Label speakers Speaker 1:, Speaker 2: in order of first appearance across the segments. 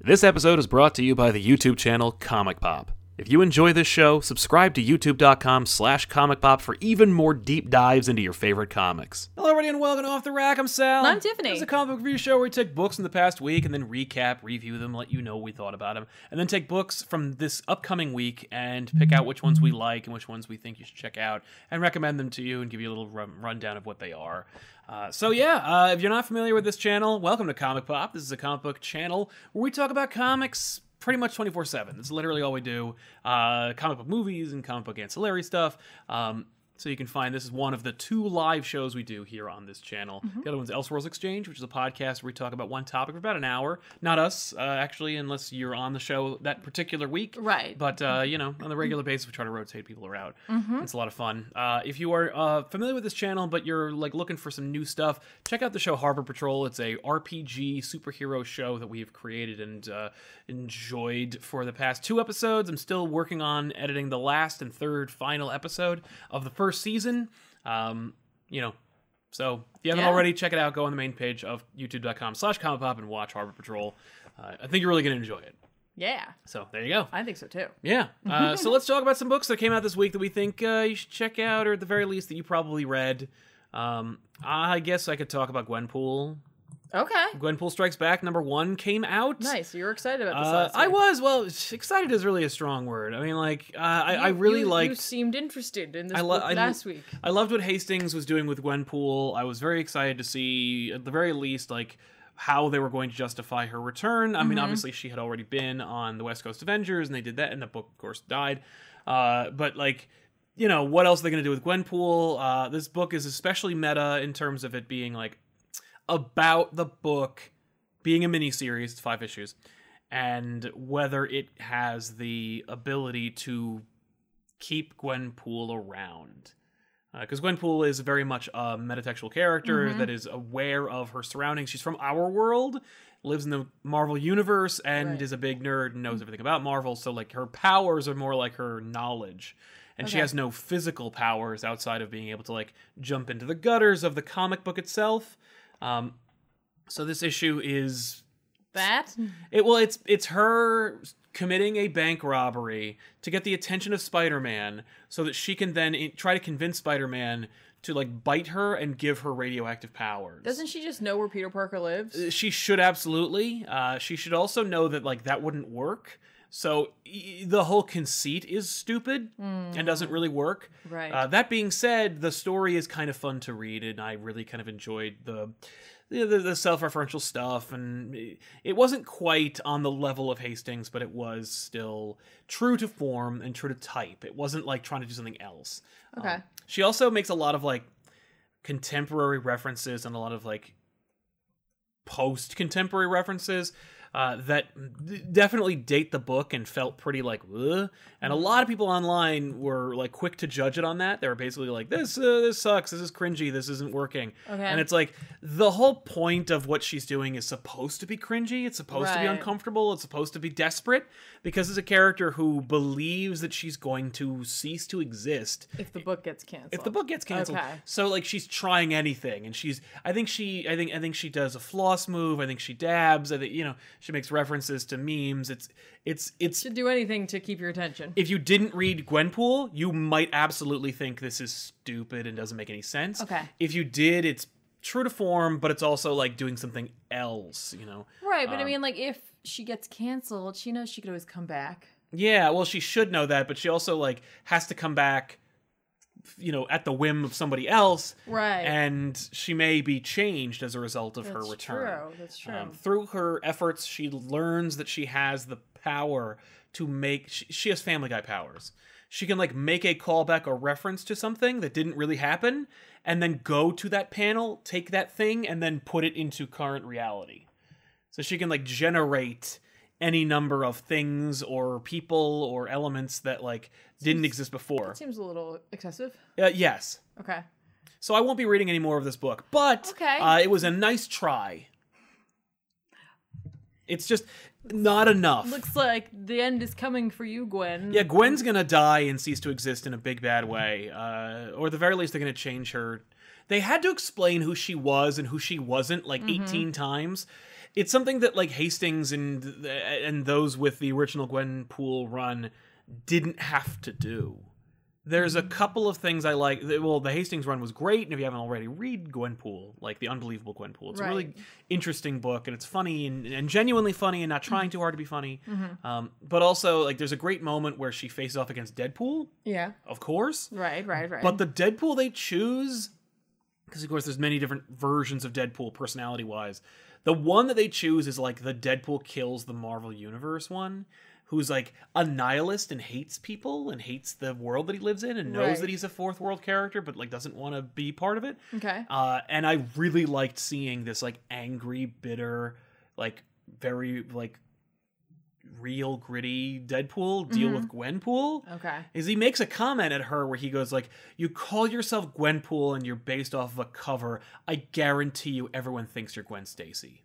Speaker 1: This episode is brought to you by the YouTube channel Comic Pop. If you enjoy this show, subscribe to youtube.com slash comic pop for even more deep dives into your favorite comics. Hello, everybody, and welcome to Off the Rack. I'm Sal.
Speaker 2: And I'm Tiffany.
Speaker 1: This is a comic book review show where we take books from the past week and then recap, review them, let you know what we thought about them, and then take books from this upcoming week and pick out which ones we like and which ones we think you should check out and recommend them to you and give you a little run- rundown of what they are. Uh, so yeah, uh, if you're not familiar with this channel, welcome to Comic Pop. This is a comic book channel where we talk about comics pretty much 24/7. That's literally all we do. Uh, comic book movies and comic book ancillary stuff. Um, so you can find this is one of the two live shows we do here on this channel. The other one's Elseworlds Exchange, which is a podcast where we talk about one topic for about an hour. Not us, uh, actually, unless you're on the show that particular week.
Speaker 2: Right.
Speaker 1: But uh, you know, on a regular basis, we try to rotate people around. It's a lot of fun. Uh, if you are uh, familiar with this channel, but you're like looking for some new stuff, check out the show Harbor Patrol. It's a RPG superhero show that we have created and uh, enjoyed for the past two episodes. I'm still working on editing the last and third final episode of the first season. Um, you know, so if you haven't
Speaker 2: Yeah.
Speaker 1: already, check it out. Go on the main page of youtube.com slash comic pop and watch Harbor Patrol. Uh, I think you're really going to enjoy it.
Speaker 2: Yeah,
Speaker 1: So there you go.
Speaker 2: I think so too.
Speaker 1: Yeah. Uh, so let's talk about some books that came out this week that we think uh, you should check out, or at the very least that you probably read. Um, I guess I could talk about Gwenpool.
Speaker 2: Okay.
Speaker 1: Gwenpool Strikes Back number one came out.
Speaker 2: Nice. You were excited about this.
Speaker 1: Uh,
Speaker 2: last
Speaker 1: I
Speaker 2: week.
Speaker 1: was well. Excited is really a strong word. I mean, like uh, I, I
Speaker 2: You-
Speaker 1: really
Speaker 2: you, You
Speaker 1: liked.
Speaker 2: seemed interested in this
Speaker 1: I lo-
Speaker 2: book
Speaker 1: I-
Speaker 2: last week.
Speaker 1: I loved what Hastings was doing with Gwenpool. I was very excited to see, at the very least, like how they were going to justify her return. I mean,
Speaker 2: Mm-hmm.
Speaker 1: obviously she had already been on the West Coast Avengers, and they did that, and the book, of course, died. Uh, but like, you know, what else are they going to do with Gwenpool? Uh, this book is especially meta in terms of it being like about the book being a miniseries, it's five issues, and whether it has the ability to keep Gwenpool around. Because Gwenpool is very much a metatextual character that is aware of her surroundings. She's from our world, lives in the Marvel universe, and
Speaker 2: Right.
Speaker 1: is a big nerd and knows everything about Marvel. So, like, her powers are more like her knowledge. And she
Speaker 2: Okay.
Speaker 1: has no physical powers outside of being able to, like, jump into the gutters of the comic book itself. Um, so this issue is
Speaker 2: That
Speaker 1: it well it's it's her committing a bank robbery to get the attention of Spider-Man so that she can then in, try to convince Spider-Man to like bite her and give her radioactive powers.
Speaker 2: doesn't she just know where Peter Parker lives?
Speaker 1: she should absolutely. Uh, she should also know that like that wouldn't work. So e- the whole conceit is stupid and doesn't really work.
Speaker 2: right.
Speaker 1: Uh, that being said, the story is kind of fun to read, and I really kind of enjoyed the the, the- the self-referential stuff. And it- it wasn't quite on the level of Hastings, but it was still true to form and true to type. It wasn't like trying to do something else.
Speaker 2: Okay.
Speaker 1: she also makes a lot of like contemporary references and a lot of like post contemporary references uh, that d- definitely date the book and felt pretty like Ugh. and
Speaker 2: Mm-hmm.
Speaker 1: a lot of people online were like quick to judge it on that they were basically like this uh, this sucks this is cringy this isn't working
Speaker 2: Okay.
Speaker 1: and it's like the whole point of what she's doing is supposed to be cringy it's supposed to be
Speaker 2: Right.
Speaker 1: uncomfortable it's supposed to be desperate because it's a character who believes that she's going to cease to exist
Speaker 2: if the book gets canceled.
Speaker 1: if the book gets canceled
Speaker 2: Okay.
Speaker 1: so like she's trying anything and she's i think she i think i think she does a floss move i think she dabs i think you know she makes references to memes it's it's it's
Speaker 2: should do anything to keep your attention.
Speaker 1: if you didn't read gwenpool you might absolutely think this is stupid and doesn't make any sense
Speaker 2: Okay.
Speaker 1: if you did it's true to form but it's also like doing something else you know
Speaker 2: right, but I
Speaker 1: um,
Speaker 2: mean, like, if she gets canceled, she knows she could always come back.
Speaker 1: Yeah, well, she should know that, but she also like has to come back, you know, at the whim of somebody else,
Speaker 2: Right.
Speaker 1: And she may be changed as a result of her
Speaker 2: That's
Speaker 1: return. Um,
Speaker 2: true, that's true.
Speaker 1: through her efforts, she learns that she has the power to make. She, she has Family Guy powers. She can like make a callback or reference to something that didn't really happen, and then go to that panel, take that thing, and then put it into current reality. So she can like generate any number of things or people or elements that like didn't exist before.
Speaker 2: Seems a little excessive.
Speaker 1: Uh, yes.
Speaker 2: Okay.
Speaker 1: So I won't be reading any more of this book, but
Speaker 2: Okay.
Speaker 1: uh, it was a nice try. It's just not enough.
Speaker 2: Looks like the end is coming for you, Gwen.
Speaker 1: yeah, Gwen's gonna die and cease to exist in a big bad way, uh, or at the very least, they're gonna
Speaker 2: Mm-hmm.
Speaker 1: change her. They had to explain who she was and who she wasn't like 18 times. it's something that like Hastings and uh, and those with the original Gwenpool run didn't have to do. There's a couple of things I like. Well, the Hastings run was great, and if you haven't already, read Gwenpool, like the Unbelievable Gwenpool. It's a really
Speaker 2: Right.
Speaker 1: interesting book, and it's funny and, and genuinely funny, and not trying too hard to be funny. Um, but also, like, there's a great moment where she faces off against Deadpool,
Speaker 2: Yeah.
Speaker 1: of course,
Speaker 2: Right. Right. Right.
Speaker 1: but the Deadpool they choose, because of course there's many different versions of Deadpool personality wise. The one that they choose is like the Deadpool kills the Marvel Universe one, who's like a nihilist and hates people and hates the world that he lives in and knows
Speaker 2: Right.
Speaker 1: that he's a fourth world character, but like doesn't want to be part of it.
Speaker 2: okay.
Speaker 1: Uh, and I really liked seeing this like angry, bitter, like very like real gritty Deadpool deal
Speaker 2: Mm-hmm.
Speaker 1: with Gwenpool
Speaker 2: Okay.
Speaker 1: is he makes a comment at her where he goes like you call yourself gwenpool and you're based off of a cover i guarantee you everyone thinks you're gwen stacy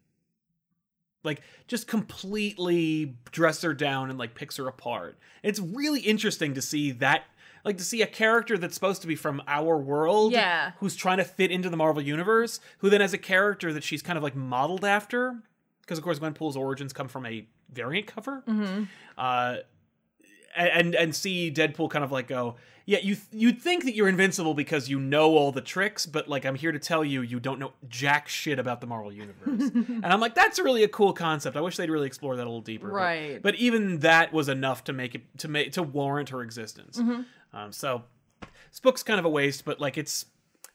Speaker 1: like just completely dress her down and like picks her apart it's really interesting to see that like to see a character that's supposed to be from our world
Speaker 2: Yeah.
Speaker 1: who's trying to fit into the marvel universe who then has a character that she's kind of like modeled after because of course gwenpool's origins come from a variant cover
Speaker 2: Mm-hmm.
Speaker 1: uh, and and see Deadpool kind of like go, yeah, you th- you'd think that you're invincible because you know all the tricks, but like I'm here to tell you, you don't know jack shit about the Marvel universe. and I'm like, that's really a cool concept. I wish they'd really explore that a little deeper. but-
Speaker 2: Right.
Speaker 1: But, even that was enough to make it to make to warrant her existence. Um, so this book's kind of a waste, but like it's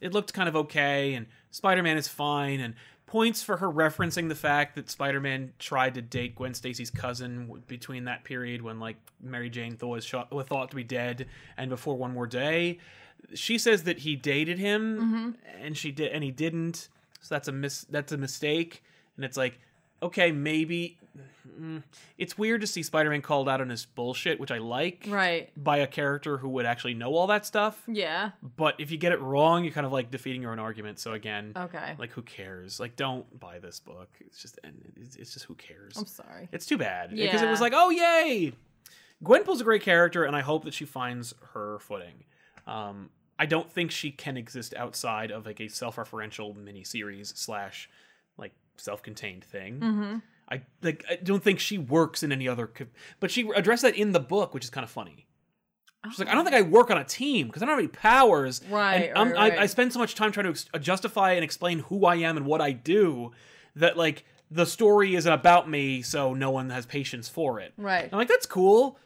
Speaker 1: it looked kind of okay, and Spider Man is fine, and points for her referencing the fact that Spider Man tried to date Gwen Stacy's cousin w- between that period when like Mary Jane Thor is shot, was thought to be dead, and before One More Day. She says that he dated him, and she did, and he didn't. So that's a mis- that's a mistake, and it's like, okay, maybe. mm, It's weird to see Spider-Man called out on his bullshit, which I like
Speaker 2: Right.
Speaker 1: by a character who would actually know all that stuff.
Speaker 2: Yeah.
Speaker 1: But if you get it wrong, you're kind of like defeating your own argument. So again,
Speaker 2: Oh, Okay.
Speaker 1: like who cares? Like don't buy this book. It's just and it's- it's just who cares.
Speaker 2: I'm sorry.
Speaker 1: It's too bad because it was
Speaker 2: Yeah.
Speaker 1: like, oh yay, Gwenpool's a great character, and I hope that she finds her footing. Um, I don't think she can exist outside of like a self-referential miniseries slash like self-contained thing.
Speaker 2: Mm-hmm.
Speaker 1: I like I don't think she works in any other co- but she addressed that in the book, which is kind of funny. She's
Speaker 2: Oh.
Speaker 1: like, I don't think I work on a team because I don't have any powers.
Speaker 2: Right,
Speaker 1: And I'm-
Speaker 2: right,
Speaker 1: I, I
Speaker 2: right.
Speaker 1: spend so much time trying to ex- uh, justify and explain who I am and what I do that like the story isn't about me, so no one has patience for it.
Speaker 2: Right.
Speaker 1: I'm like, that's cool,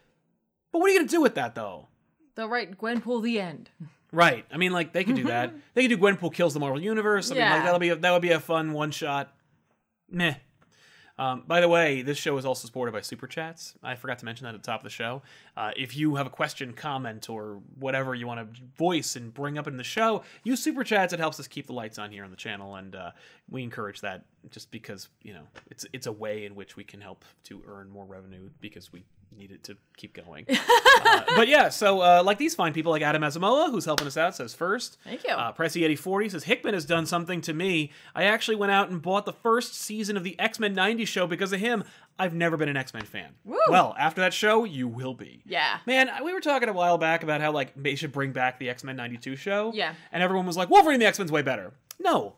Speaker 1: but what are you gonna do with that though?
Speaker 2: The right Gwenpool. The end.
Speaker 1: Right. I mean, like they could do that. they could do Gwenpool kills the Marvel Universe. I mean, like
Speaker 2: Mm-hmm. Yeah.
Speaker 1: that'll be a, that would be a fun one shot. Meh. Um, by the way, this show is also supported by super chats. I forgot to mention that at the top of the show. Uh, if you have a question, comment, or whatever you want to voice and bring up in the show, use super chats. It helps us keep the lights on here on the channel, and uh, we encourage that just because you know it's it's a way in which we can help to earn more revenue because we need it to keep going. Uh, but yeah, so uh, like these fine people, like Adam Asamoah, who's helping us out, says first.
Speaker 2: Thank you.
Speaker 1: Uh, Pressy Eddie Forty says Hickman has done something to me. I actually went out and bought the first season of the X Men '90s show because of him. I've never been an X Men fan.
Speaker 2: Woo.
Speaker 1: Well, after that show, you will be.
Speaker 2: yeah.
Speaker 1: Man, I- we were talking a while back about how like they should bring back the X Men '92 show.
Speaker 2: Yeah.
Speaker 1: And everyone was like, Wolverine the X Men's way better. No.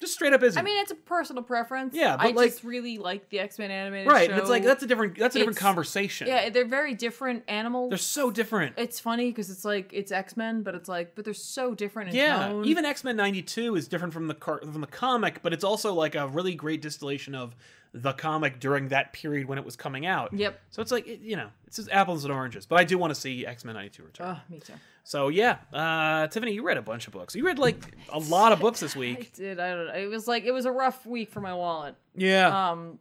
Speaker 1: Just straight up isn't.
Speaker 2: I mean, it's a personal preference.
Speaker 1: Yeah, but
Speaker 2: I
Speaker 1: like-
Speaker 2: just really like the X Men animated
Speaker 1: right?
Speaker 2: show.
Speaker 1: and it's like that's a different that's a different
Speaker 2: It's-
Speaker 1: conversation.
Speaker 2: yeah, they're very different animals.
Speaker 1: They're so different.
Speaker 2: it's funny because it's like it's X Men, but it's like but they're so different. In
Speaker 1: Yeah,
Speaker 2: tone.
Speaker 1: even X Men '92 is different from the car- from the comic, but it's also like a really great distillation of the comic during that period when it was coming out.
Speaker 2: Yep.
Speaker 1: So it's like it, you know, it's just apples and oranges. But I do want to see X Men '92 return.
Speaker 2: Oh, me too.
Speaker 1: so yeah, uh, Tiffany, you read a bunch of books. You read like a lot of books this
Speaker 2: I
Speaker 1: week.
Speaker 2: did. I don't know. It was like it was a rough week for my wallet.
Speaker 1: Yeah.
Speaker 2: Um,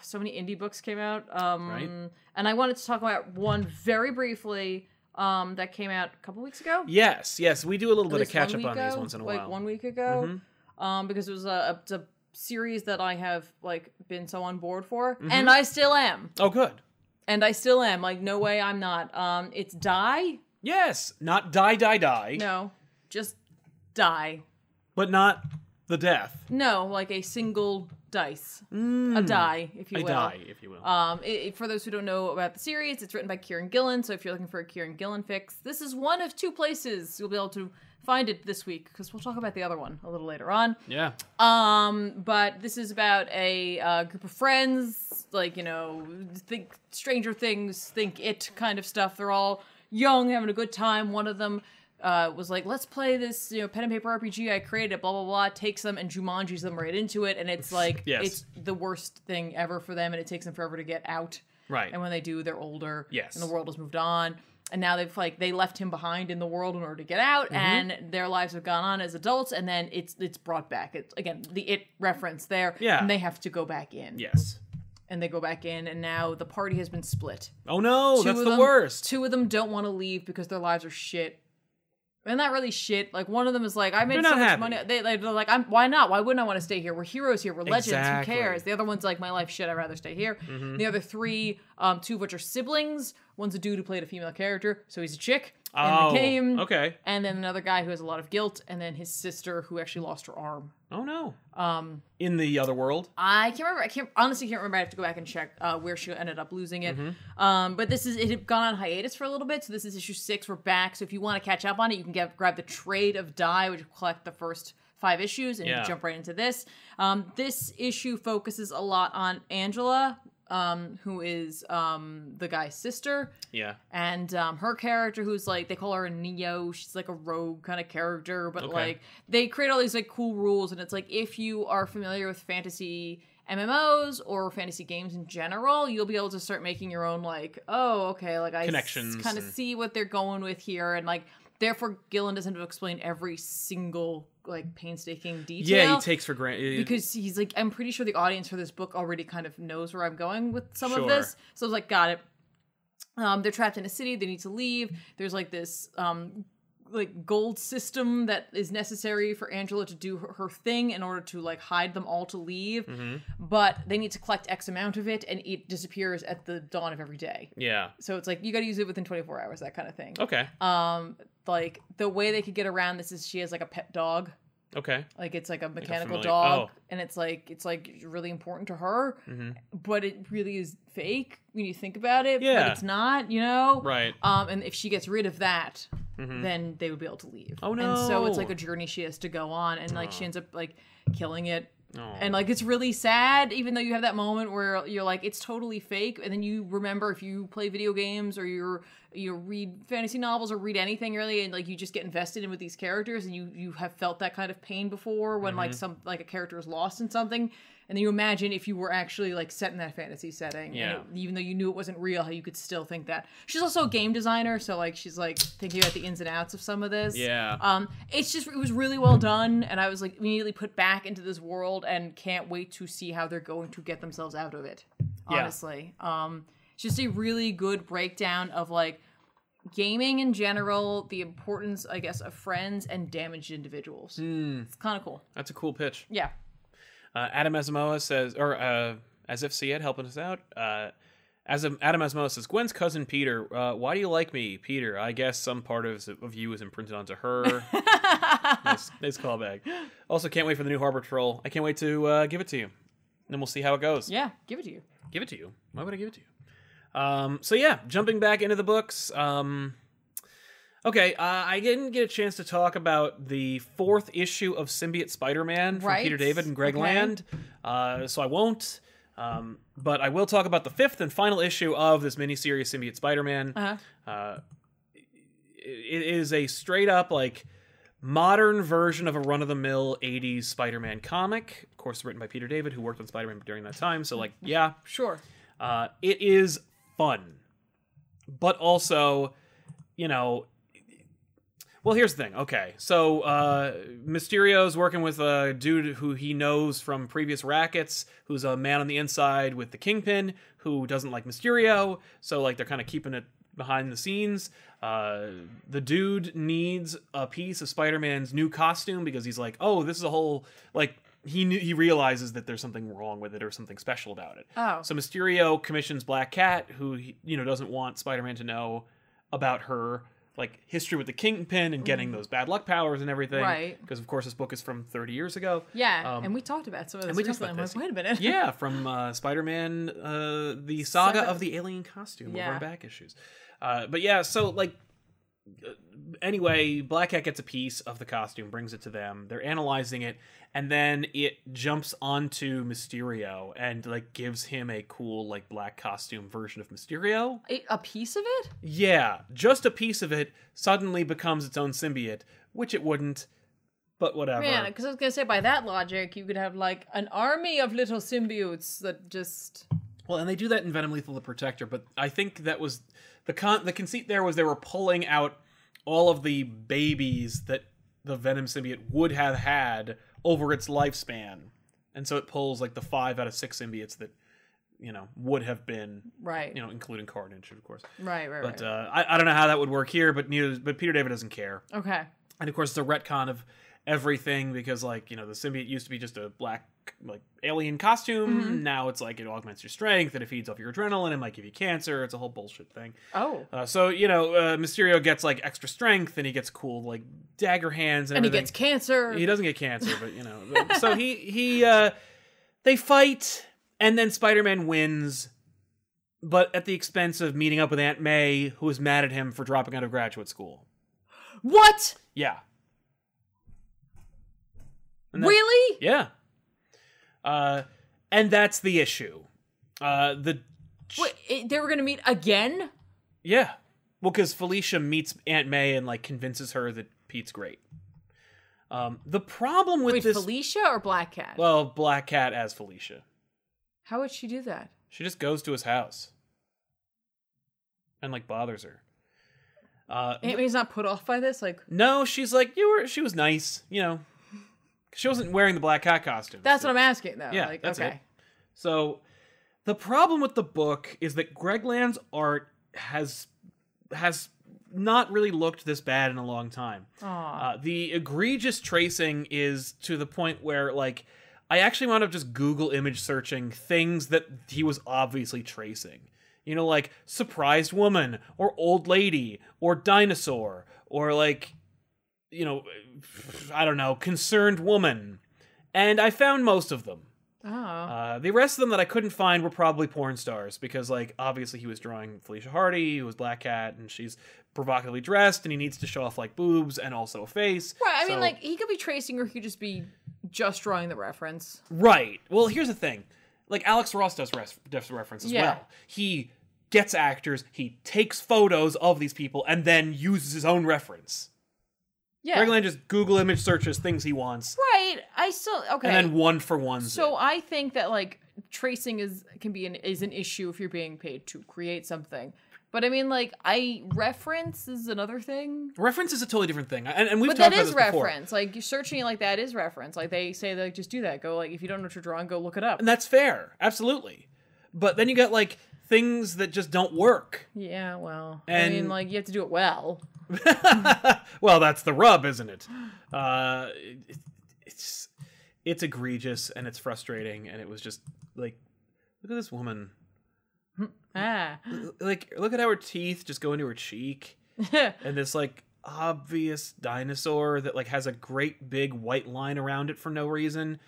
Speaker 2: so many indie books came out. Um,
Speaker 1: Right.
Speaker 2: and I wanted to talk about one very briefly. Um, that came out a couple weeks ago.
Speaker 1: yes, yes, we do a little bit of
Speaker 2: least one
Speaker 1: catch up
Speaker 2: week
Speaker 1: on these
Speaker 2: ago,
Speaker 1: once in a
Speaker 2: like
Speaker 1: while. Mm-hmm.
Speaker 2: one week ago, um, because it was a, it's a series that I have like been so on board for,
Speaker 1: Mm-hmm.
Speaker 2: and I still am,
Speaker 1: Oh, good.
Speaker 2: and I still am. Like no way, I'm not. Um, it's die.
Speaker 1: Yes, not die, die, die,
Speaker 2: No, just die.
Speaker 1: but not the death.
Speaker 2: No, like a single dice, a die, if you
Speaker 1: I
Speaker 2: will.
Speaker 1: Mm. die, if you will.
Speaker 2: Um, it, it- for those who don't know about the series, it's written by Kieran Gillen. So if you're looking for a Kieran Gillen fix, this is one of two places you'll be able to find it this week because we'll talk about the other one a little later on.
Speaker 1: Yeah.
Speaker 2: Um, but this is about a uh, group of friends, like you know, think Stranger Things, think it kind of stuff. They're all young, having a good time. One of them uh, was like, "Let's play this, you know, pen and paper RPG I created." Blah blah blah. Takes them and Jumanji's them right into it, and it's like
Speaker 1: Yes.
Speaker 2: it's the worst thing ever for them, and it takes them forever to get out.
Speaker 1: Right.
Speaker 2: And when they do, they're older.
Speaker 1: Yes.
Speaker 2: And the world has moved on. And now they've like they left him behind in the world in order to get out,
Speaker 1: Mm-hmm.
Speaker 2: and their lives have gone on as adults, and then it's it's brought back. It's again the it reference there.
Speaker 1: Yeah.
Speaker 2: And they have to go back in.
Speaker 1: yes.
Speaker 2: And they go back in, and now the party has been split.
Speaker 1: Oh no,
Speaker 2: Two
Speaker 1: that's
Speaker 2: of
Speaker 1: the
Speaker 2: them-
Speaker 1: worst.
Speaker 2: Two of them don't want to leave because their lives are shit. And not really shit. Like one of them is like, I made
Speaker 1: They're
Speaker 2: so
Speaker 1: not
Speaker 2: much
Speaker 1: happy.
Speaker 2: money. They, they- they're like, I'm, why not? Why wouldn't I want to stay here? We're heroes here. We're legends.
Speaker 1: Exactly. Mm-hmm.
Speaker 2: Who cares? The other one's like, my life shit. I'd rather stay here. The other three, um, two of which are siblings. One's a dude who played a female character, so he's a chick in
Speaker 1: oh,
Speaker 2: the game.
Speaker 1: okay.
Speaker 2: And then another guy who has a lot of guilt, and then his sister who actually lost her arm.
Speaker 1: Oh no. Um, in the other world.
Speaker 2: I can't remember. I can't honestly can't remember. I have to go back and check uh, where she ended up losing it. Um, but this is it had gone on hiatus for a little bit, so this is issue six. We're back. So if you want to catch up on it, you can get grab the trade of die, which will collect the first five issues, and
Speaker 1: Yeah.
Speaker 2: you jump right into this. Um, this issue focuses a lot on Angela, um, who is um, the guy's sister
Speaker 1: Yeah.
Speaker 2: and um, her character who's like they call her a neo she's like a rogue kind of character but
Speaker 1: Okay.
Speaker 2: like they create all these like cool rules and it's like if you are familiar with fantasy mmos or fantasy games in general you'll be able to start making your own like oh okay like i
Speaker 1: Connections
Speaker 2: kind of
Speaker 1: and-
Speaker 2: see what they're going with here and like therefore gillen doesn't have to explain every single like painstaking detail
Speaker 1: Yeah, he takes for uh, granted.
Speaker 2: because he's like i'm pretty sure the audience for this book already kind of knows where i'm going with some
Speaker 1: Sure.
Speaker 2: of this so i was like got it um, they're trapped in a city they need to leave there's like this um, like gold system that is necessary for angela to do her, her thing in order to like hide them all to leave but they need to collect x amount of it and it disappears at the dawn of every day
Speaker 1: yeah.
Speaker 2: so it's like you got to use it within 24 hours that kind of thing
Speaker 1: Okay.
Speaker 2: um like the way they could get around this is she has like a pet dog
Speaker 1: okay.
Speaker 2: like it's like a mechanical
Speaker 1: familiar-
Speaker 2: dog
Speaker 1: oh.
Speaker 2: and it's like it's like really important to her
Speaker 1: Mhm.
Speaker 2: but it really is fake when you think about it
Speaker 1: Yeah.
Speaker 2: but it's not you know
Speaker 1: Right.
Speaker 2: um and if she gets rid of that
Speaker 1: Mhm.
Speaker 2: then they would be able to leave
Speaker 1: Oh,
Speaker 2: and so it's
Speaker 1: no.
Speaker 2: like a journey she has to go on and like she ends up like killing it
Speaker 1: Oh.
Speaker 2: and like it's really sad even though you have that moment where you're like it's totally fake and then you remember if you play video games or you're you read fantasy novels or read anything really and like you just get invested in with these characters and you you have felt that kind of pain before when
Speaker 1: Mm-hmm.
Speaker 2: like some like a character is lost in something and then you imagine if you were actually like set in that fantasy setting and
Speaker 1: Yeah.
Speaker 2: it- even though you knew it wasn't real how you could still think that she's also a game designer so like she's like thinking about the ins and outs of some of this
Speaker 1: Yeah.
Speaker 2: um, it's just it was really well done, and I was like immediately put back into this world, and can't wait to see how they're going to get themselves out of it.
Speaker 1: Yeah.
Speaker 2: Honestly, um, it's just a really good breakdown of like gaming in general, the importance, I guess, of friends and damaged individuals. It's kind of cool.
Speaker 1: That's a cool pitch.
Speaker 2: Yeah,
Speaker 1: Uh, Adam Asamoah says, or uh, as if Siad helping us out. Uh, as Adam Asamoah says, Gwen's cousin Peter, uh, why do you like me, Peter? I guess some part of, of you is imprinted onto her. nice, nice callback. Also, can't wait for the new Harbor Patrol. I can't wait to uh, give it to you. And then we'll see how it goes.
Speaker 2: yeah. Give it to you.
Speaker 1: Give it to you. Why would I give it to you? Um, so yeah, jumping back into the books. Um, okay, uh, I didn't get a chance to talk about the fourth issue of Symbiote Spider-Man from
Speaker 2: Right.
Speaker 1: Peter David and Greg
Speaker 2: Okay.
Speaker 1: Land. Uh, so I won't. Um, but I will talk about the fifth and final issue of this miniseries, Symbiote Spider-Man.
Speaker 2: Uh-huh.
Speaker 1: Uh, it is a straight up like modern version of a run of the mill 80s Spider-Man comic, of course written by Peter David who worked on Spider-Man during that time. So like, yeah,
Speaker 2: Sure.
Speaker 1: uh, it is fun, but also, you know, well, here's the thing. Okay, so uh, Mysterio's working with a dude who he knows from previous rackets, who's a man on the inside with the Kingpin, who doesn't like Mysterio. So like they're kind of keeping it behind the scenes. Uh, the dude needs a piece of Spider-Man's new costume because he's like, oh, this is a whole like he knew, he realizes that there's something wrong with it or something special about it.
Speaker 2: Oh.
Speaker 1: So Mysterio commissions Black Cat, who he- you know doesn't want Spider-Man to know about her like history with the Kingpin and getting those bad luck powers and everything.
Speaker 2: Right.
Speaker 1: Because of course this book is from 30 years ago.
Speaker 2: Yeah,
Speaker 1: Um,
Speaker 2: and we talked about some of this.
Speaker 1: and we talked
Speaker 2: recently.
Speaker 1: about
Speaker 2: I'm like, wait a minute.
Speaker 1: yeah, from uh, Spider-Man, uh, the saga
Speaker 2: Saga-
Speaker 1: of the alien costume over
Speaker 2: Yeah.
Speaker 1: and back issues. Uh, but yeah, so like anyway, Black Cat gets a piece of the costume, brings it to them. They're analyzing it, and then it jumps onto Mysterio and like gives him a cool like black costume version of Mysterio.
Speaker 2: A- a piece of it?
Speaker 1: Yeah, just a piece of it suddenly becomes its own symbiote, which it wouldn't. But whatever.
Speaker 2: Man, because I was gonna say by that logic, you could have like an army of little symbiotes that just
Speaker 1: Well, and they do that in Venom Lethal the Protector, but I think that was the con the conceit there was they were pulling out all of the babies that the Venom symbiote would have had over its lifespan. And so it pulls like the five out of six symbiotes that, you know, would have been,
Speaker 2: right,
Speaker 1: you know, including Carnage, of course.
Speaker 2: right, right,
Speaker 1: But
Speaker 2: right.
Speaker 1: uh, I, I don't know how that would work here, but neither, but Peter David doesn't care.
Speaker 2: okay,
Speaker 1: And of course, it's a retcon of everything because, like, you know, the symbiote used to be just a black, like, alien costume.
Speaker 2: Mm-hmm.
Speaker 1: Now it's like it augments your strength and it feeds off your adrenaline. It might give you cancer. It's a whole bullshit thing.
Speaker 2: oh,
Speaker 1: Uh, so you know, uh, Mysterio gets like extra strength and he gets cool like dagger hands and,
Speaker 2: and he
Speaker 1: everything.
Speaker 2: gets cancer.
Speaker 1: He doesn't get cancer, but you know. so he he uh, they fight and then Spider-Man wins. But at the expense of meeting up with Aunt May, who is mad at him for dropping out of graduate school.
Speaker 2: what?
Speaker 1: Yeah. And that-
Speaker 2: Really?
Speaker 1: Yeah. Uh, and that's the issue. Uh, the
Speaker 2: Wait, it- they were gonna meet again?
Speaker 1: yeah, well, because Felicia meets Aunt May and like convinces her that Pete's great. Um, the problem with
Speaker 2: Wait,
Speaker 1: this,
Speaker 2: Felicia or Black Cat?
Speaker 1: well, Black Cat as Felicia,
Speaker 2: How would she do that?
Speaker 1: she just goes to his house and like bothers her. Uh,
Speaker 2: Aunt May's not put off by this. Like
Speaker 1: no, she's like you were. She was nice, you know. She wasn't wearing the Black Cat costume.
Speaker 2: that's
Speaker 1: so-
Speaker 2: what I'm asking though.
Speaker 1: Yeah,
Speaker 2: like
Speaker 1: that's
Speaker 2: okay,
Speaker 1: So the problem with the book is that Greg Land's art has has not really looked this bad in a long time.
Speaker 2: Aw.
Speaker 1: Uh, the egregious tracing is to the point where like I actually wound up just Google image searching things that he was obviously tracing. You know, like surprised woman or old lady or dinosaur or like you know I don't know, concerned woman. And I found most of them.
Speaker 2: oh,
Speaker 1: Uh, the rest of them that I couldn't find were probably porn stars because, like, obviously he was drawing Felicia Hardy, who was Black Cat, and she's provocatively dressed, and he needs to show off like boobs and also a face.
Speaker 2: right. I
Speaker 1: So-
Speaker 2: mean, like he could be tracing, or he could just be just drawing the reference.
Speaker 1: Mm. right. Well, here's the thing: like Alex Ross does, res- does reference as
Speaker 2: Yeah.
Speaker 1: well. He gets actors, he takes photos of these people, and then uses his own reference.
Speaker 2: Yeah,
Speaker 1: Greg Land just Google image searches things he wants,
Speaker 2: right. I still okay.
Speaker 1: and then one for one.
Speaker 2: So I think that like tracing is can be an is an issue if you're being paid to create something. But I mean, like I reference is another thing.
Speaker 1: reference is a totally different thing, and, and we've
Speaker 2: But
Speaker 1: talked
Speaker 2: that
Speaker 1: about
Speaker 2: is
Speaker 1: this before.
Speaker 2: reference. Like you searching it like that is reference. Like they say like just do that. Go like if you don't know what you're drawing, go look it up.
Speaker 1: And that's fair, absolutely. But then you got like things that just don't work.
Speaker 2: Yeah, well, I
Speaker 1: And-
Speaker 2: mean, like you have to do it well.
Speaker 1: well, that's the rub, isn't it? Uh, it- it's it's egregious and it's frustrating, and it was just like, look at this woman.
Speaker 2: Ah,
Speaker 1: Like, look at how her teeth just go into her cheek, and this like obvious dinosaur that like has a great big white line around it for no reason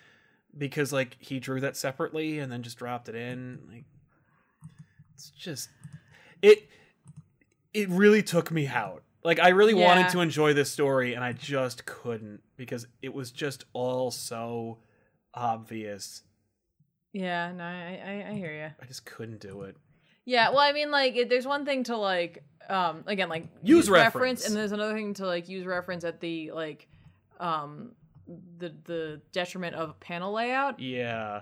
Speaker 1: because like he drew that separately and then just dropped it in like it's just it it really took me out like i really
Speaker 2: Yeah.
Speaker 1: wanted to enjoy this story and i just couldn't because it was just all so obvious
Speaker 2: yeah. No, I I, I hear you.
Speaker 1: i just couldn't do it
Speaker 2: Yeah, well, I mean, like, it, there's one thing to like, um, again, like
Speaker 1: Use reference.
Speaker 2: and there's another thing to like use reference at the like, um, the the detriment of panel layout,
Speaker 1: yeah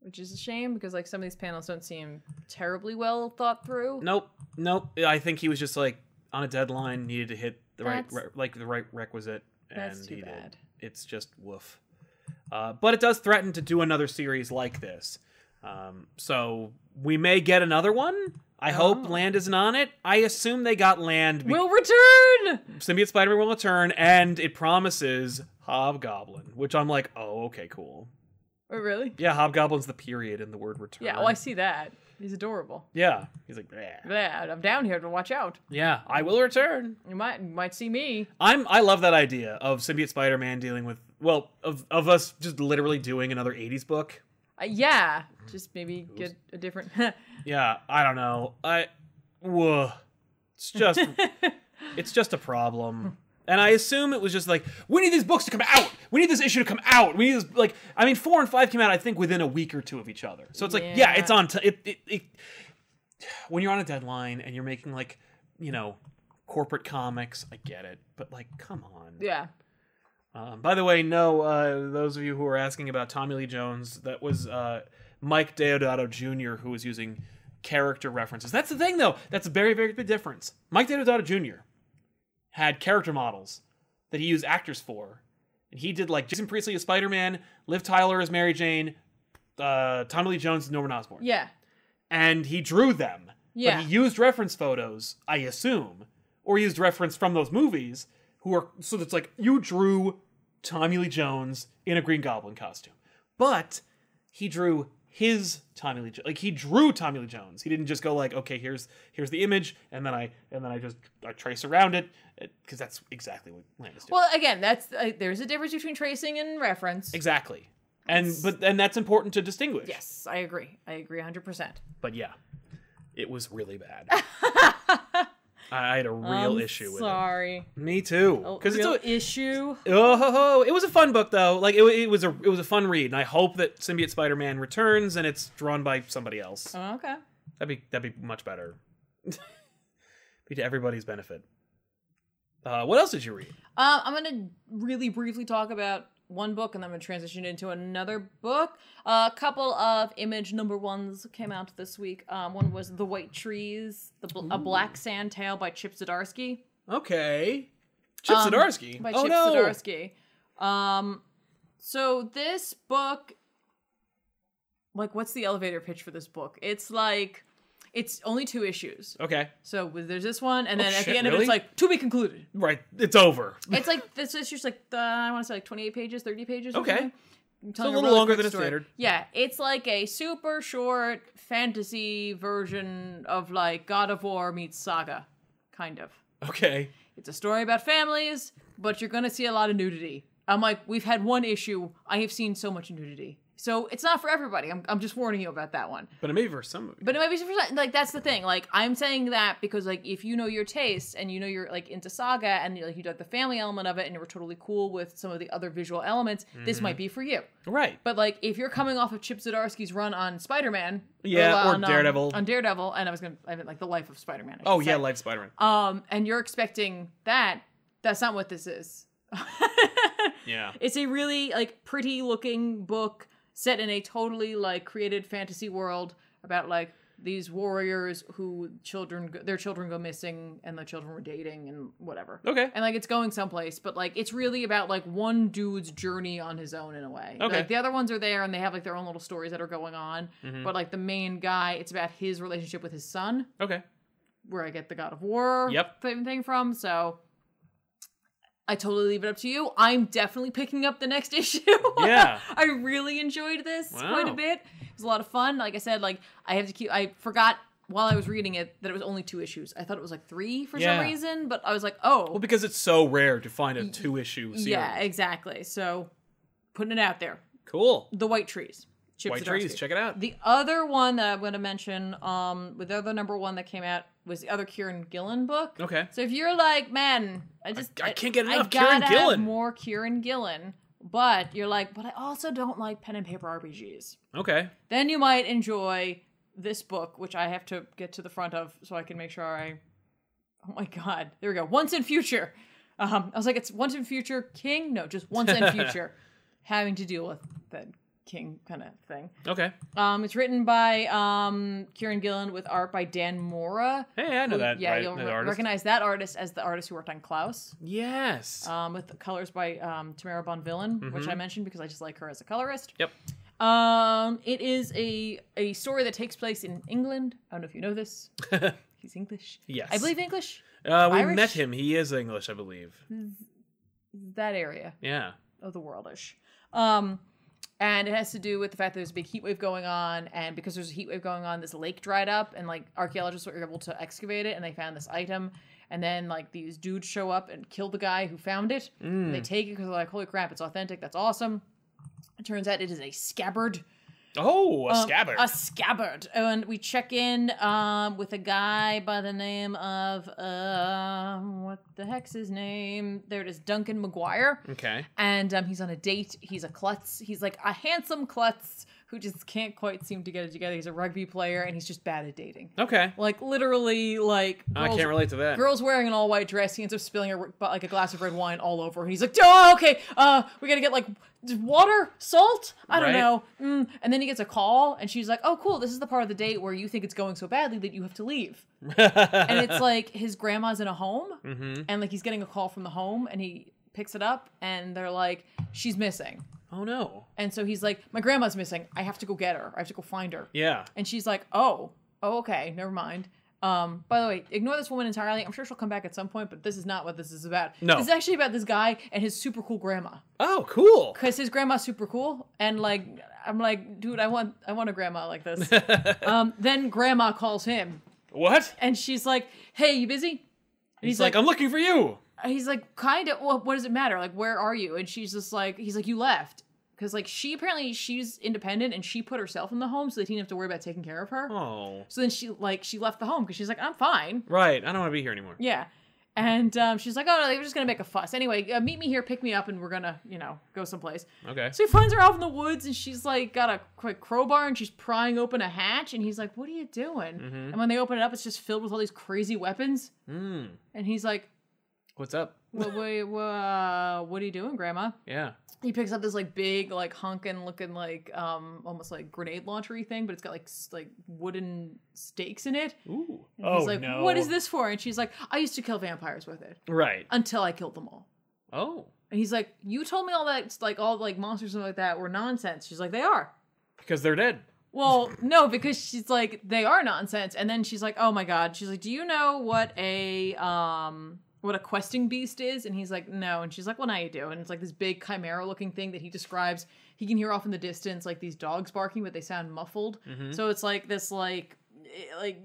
Speaker 2: which is a shame because like some of these panels don't seem terribly well thought through.
Speaker 1: Nope, nope. I think he was just like on a deadline, needed to hit the right,
Speaker 2: That's-
Speaker 1: re- like the right requisite, and
Speaker 2: that's too
Speaker 1: he did.
Speaker 2: bad.
Speaker 1: It's just woof. Uh, but it does threaten to do another series like this, um, so we may get another one. I hope
Speaker 2: Oh.
Speaker 1: Land isn't on it. I assume they got Land. Be-
Speaker 2: Will return.
Speaker 1: Symbiote Spider-Man will return, and it promises Hobgoblin, which I'm like, oh, okay, cool.
Speaker 2: Oh, really?
Speaker 1: Yeah, Hobgoblin's the period in the word return.
Speaker 2: Yeah. Well, I see that. He's adorable.
Speaker 1: yeah. He's like, "Bleh."
Speaker 2: Yeah, I'm down here to watch out.
Speaker 1: yeah, I will return.
Speaker 2: You might you might see me.
Speaker 1: I'm I love that idea of symbiote Spider-Man dealing with well of of us just literally doing another 80s book.
Speaker 2: Uh, yeah, just maybe get a different.
Speaker 1: Yeah, I don't know. I whoa. It's just It's just a problem. And I assume it was just like, we need these books to come out. We need this issue to come out. We need this like I mean 4 and 5 came out I think within a week or two of each other. So it's like, yeah,
Speaker 2: Yeah.
Speaker 1: it's on t- it, it it when you're on a deadline and you're making like, you know, corporate comics, I get it. But like, come on.
Speaker 2: Yeah.
Speaker 1: Um, by the way, no, uh, those of you who were asking about Tommy Lee Jones, that was uh, Mike Deodato Jr. who was using character references. That's the thing, though. That's a very, very big difference. Mike Deodato Jr. had character models that he used actors for. And he did like Jason Priestley as Spider Man, Liv Tyler as Mary Jane, uh, Tommy Lee Jones as Norman Osborn.
Speaker 2: Yeah.
Speaker 1: And he drew them.
Speaker 2: Yeah.
Speaker 1: But he used reference photos, I assume, or used reference from those movies who are so it's like you drew Tommy Lee Jones in a Green Goblin costume. But he drew his Tommy Lee Jo- like he drew Tommy Lee Jones. He didn't just go like, okay, here's here's the image and then I and then I just I trace around it because that's exactly what Landis did.
Speaker 2: Well, again, that's uh, there's a difference between tracing and reference.
Speaker 1: exactly. And but and that's important to distinguish.
Speaker 2: Yes, I agree. I agree 100%.
Speaker 1: But yeah, it was really bad. I had a real
Speaker 2: I'm
Speaker 1: issue with it.
Speaker 2: Sorry. Oh,
Speaker 1: Me too.
Speaker 2: A e
Speaker 1: Because it's
Speaker 2: real
Speaker 1: a,
Speaker 2: issue.
Speaker 1: oh, ho, ho. it was a fun book though. Like it, wa- it was a it was a fun read, and I hope that Symbiote Spider Man returns and it's drawn by somebody else.
Speaker 2: Oh, okay.
Speaker 1: That'd be that'd be much better. be to everybody's benefit. Uh, what else did you read?
Speaker 2: Um, I'm gonna really briefly talk about one book, and then I'm gonna transition into another book. a couple of image number ones came out this week. Um, one was The White Trees, the bl- a Black Sand Tale by Chip Zdarsky.
Speaker 1: Okay, Chip
Speaker 2: Um,
Speaker 1: Zdarsky.
Speaker 2: by
Speaker 1: oh
Speaker 2: Chip
Speaker 1: no,
Speaker 2: Zdarsky. Um, so this book, like, what's the elevator pitch for this book? It's like, it's only two issues.
Speaker 1: okay,
Speaker 2: So there's this one, and then at
Speaker 1: Oh, shit,
Speaker 2: the end of it,
Speaker 1: really?
Speaker 2: it's like to be concluded.
Speaker 1: right, it's over.
Speaker 2: It's like this issue's like the, I want to say like 28 pages, 30 pages.
Speaker 1: Okay.
Speaker 2: it's
Speaker 1: a little longer than a standard.
Speaker 2: Yeah, it's like a super short fantasy version of like God of War meets Saga, kind of.
Speaker 1: Okay,
Speaker 2: It's a story about families, but you're gonna see a lot of nudity. I'm like, we've had one issue. I have seen so much nudity. So it's not for everybody. I'm, I'm just warning you about that one.
Speaker 1: but it may be for some.
Speaker 2: But it might be for like that's the thing. Like I'm saying that because like if you know your taste and you know you're like into saga and like you like the family element of it and you were totally cool with some of the other visual elements, this
Speaker 1: Mm-hmm.
Speaker 2: might be for you.
Speaker 1: right,
Speaker 2: But like if you're coming off of Chip Zdarsky's run on Spider-Man,
Speaker 1: Yeah, or
Speaker 2: on, um,
Speaker 1: Daredevil.
Speaker 2: on Daredevil, and I was gonna I meant like the life of Spider-Man. I
Speaker 1: oh
Speaker 2: should
Speaker 1: yeah,
Speaker 2: say.
Speaker 1: Life Spider Man.
Speaker 2: um, and you're expecting that. That's not what this is.
Speaker 1: yeah,
Speaker 2: It's a really like pretty looking book set in a totally like created fantasy world about like these warriors who children go, their children go missing and the children were dating and whatever.
Speaker 1: okay,
Speaker 2: And like it's going someplace, but like it's really about like one dude's journey on his own in a way.
Speaker 1: Okay.
Speaker 2: Like the other ones are there and they have like their own little stories that are going on, but like the main guy, it's about his relationship with his son
Speaker 1: okay,
Speaker 2: where I get the God of War
Speaker 1: Yep.
Speaker 2: thing thing from. So I totally leave it up to you. I'm definitely picking up the next issue.
Speaker 1: Yeah.
Speaker 2: I really enjoyed this quite a
Speaker 1: Wow.
Speaker 2: bit. It was a lot of fun. Like I said, like I have to keep I forgot while I was reading it that it was only two issues. I thought it was like three for
Speaker 1: Yeah.
Speaker 2: some reason, but I was like, oh
Speaker 1: well because it's so rare to find a two issue series.
Speaker 2: yeah, exactly. So putting it out there.
Speaker 1: cool.
Speaker 2: The White Trees. Chip
Speaker 1: White trees,
Speaker 2: Zdarsky.
Speaker 1: check it out.
Speaker 2: The other one that I'm going to mention, um, with the other number one that came out was the other Kieran Gillen book.
Speaker 1: Okay.
Speaker 2: So if you're like, man, I just
Speaker 1: I can't get enough
Speaker 2: gotta
Speaker 1: Kieran Gillen."
Speaker 2: Have more Kieran Gillen, but you're like, but I also don't like pen and paper RPGs.
Speaker 1: Okay.
Speaker 2: Then you might enjoy this book, which I have to get to the front of so I can make sure I. Oh my god, there we go. Once in future, um, I was like, it's once in future king. No, just once in future, having to deal with that king kind of thing.
Speaker 1: Okay.
Speaker 2: Um, it's written by um, Kieran Gillen with art by Dan Mora.
Speaker 1: Hey, I know
Speaker 2: who-
Speaker 1: that.
Speaker 2: Yeah,
Speaker 1: right,
Speaker 2: you'll
Speaker 1: that
Speaker 2: re-
Speaker 1: artist.
Speaker 2: recognize that artist as the artist who worked on Klaus,
Speaker 1: Yes.
Speaker 2: um, with the colors by um, Tamara Bonvillain, which I mentioned because I just like her as a colorist.
Speaker 1: Mm-hmm. yep.
Speaker 2: Um, it is a a story that takes place in England. I don't know if you know this. He's English.
Speaker 1: Yes.
Speaker 2: I believe English.
Speaker 1: Uh, we
Speaker 2: Irish? Mm.
Speaker 1: met him. He is English, I believe.
Speaker 2: That area.
Speaker 1: Yeah.
Speaker 2: of the worldish. Um, and it has to do with the fact that there's a big heat wave going on, and because there's a heat wave going on, this lake dried up, and like archaeologists were able to excavate it, and they found this item. And then like these dudes show up and kill the guy who found it. They take it because they're like, holy crap, it's authentic, that's awesome. It turns out it is a scabbard.
Speaker 1: Oh, a
Speaker 2: Um,
Speaker 1: scabbard.
Speaker 2: A scabbard. And we check in um, with a guy by the name of um, what the heck's his name? There it is, Duncan McGuire.
Speaker 1: okay.
Speaker 2: And um, he's on a date. He's a klutz. He's like a handsome klutz who just can't quite seem to get it together. He's a rugby player and he's just bad at dating.
Speaker 1: Okay.
Speaker 2: Like literally, like
Speaker 1: I
Speaker 2: girls-
Speaker 1: can't relate to that.
Speaker 2: Girl's wearing an all white dress. He ends up spilling a, like a glass of red wine all over. And he's like, "Oh, okay. Uh, we gotta get like d- water, salt. I don't
Speaker 1: Right.
Speaker 2: know." Mm. And then he gets a call, and she's like, "Oh, cool. This is the part of the date where you think it's going so badly that you have to leave." and it's like his grandma's in a home,
Speaker 1: mm-hmm.
Speaker 2: and like he's getting a call from the home, and he picks it up, and they're like, "She's missing."
Speaker 1: Oh no.
Speaker 2: And so he's like, "My grandma's missing. I have to go get her. I have to go find her."
Speaker 1: Yeah.
Speaker 2: And she's like, "Oh, oh, okay, never mind." Um, by the way, ignore this woman entirely. I'm sure she'll come back at some point, but this is not what this is about.
Speaker 1: No.
Speaker 2: this is actually about this guy and his super cool grandma.
Speaker 1: Oh, cool.
Speaker 2: Cause his grandma's super cool, and like, I'm like, dude, I want, I want a grandma like this. um, then grandma calls him,
Speaker 1: What?
Speaker 2: and she's like, "Hey, you busy?" And
Speaker 1: He's like, I'm looking for you.
Speaker 2: he's like kind of well, what does it matter like where are you and she's just like he's like you left because like she apparently she's independent and she put herself in the home so that he didn't have to worry about taking care of her
Speaker 1: Oh.
Speaker 2: so then she like she left the home because she's like i'm fine
Speaker 1: Right. I don't want to be here anymore.
Speaker 2: yeah and um, she's like oh no they were just gonna make a fuss anyway uh, meet me here pick me up and we're gonna you know go someplace
Speaker 1: Okay.
Speaker 2: so he finds her out in the woods and she's like got a quick crowbar and she's prying open a hatch and he's like what are you doing and when they open it up it's just filled with all these crazy weapons
Speaker 1: Hmm.
Speaker 2: and he's like
Speaker 1: What's up?
Speaker 2: what, what, what, uh, what are you doing, Grandma?
Speaker 1: Yeah.
Speaker 2: He picks up this like big, like honkin' looking, like um, almost like grenade launchery thing, but it's got like s- like wooden stakes in it.
Speaker 1: Ooh. Oh,
Speaker 2: And he's like, "What is this for?" And she's like, "I used to kill vampires with it
Speaker 1: Right.
Speaker 2: until I killed them all."
Speaker 1: Oh.
Speaker 2: And he's like, "You told me all that, like all like monsters and like that were nonsense." She's like, "They are."
Speaker 1: Because they're dead.
Speaker 2: Well, no, because she's like, they are nonsense. And then she's like, oh my god. She's like, do you know what a um what a questing beast is? And he's like, no. And she's like, well, now you do. And it's like this big chimera looking thing that he describes. He can hear off in the distance like these dogs barking, but they sound muffled.
Speaker 1: Mhm.
Speaker 2: So it's like this like eh, like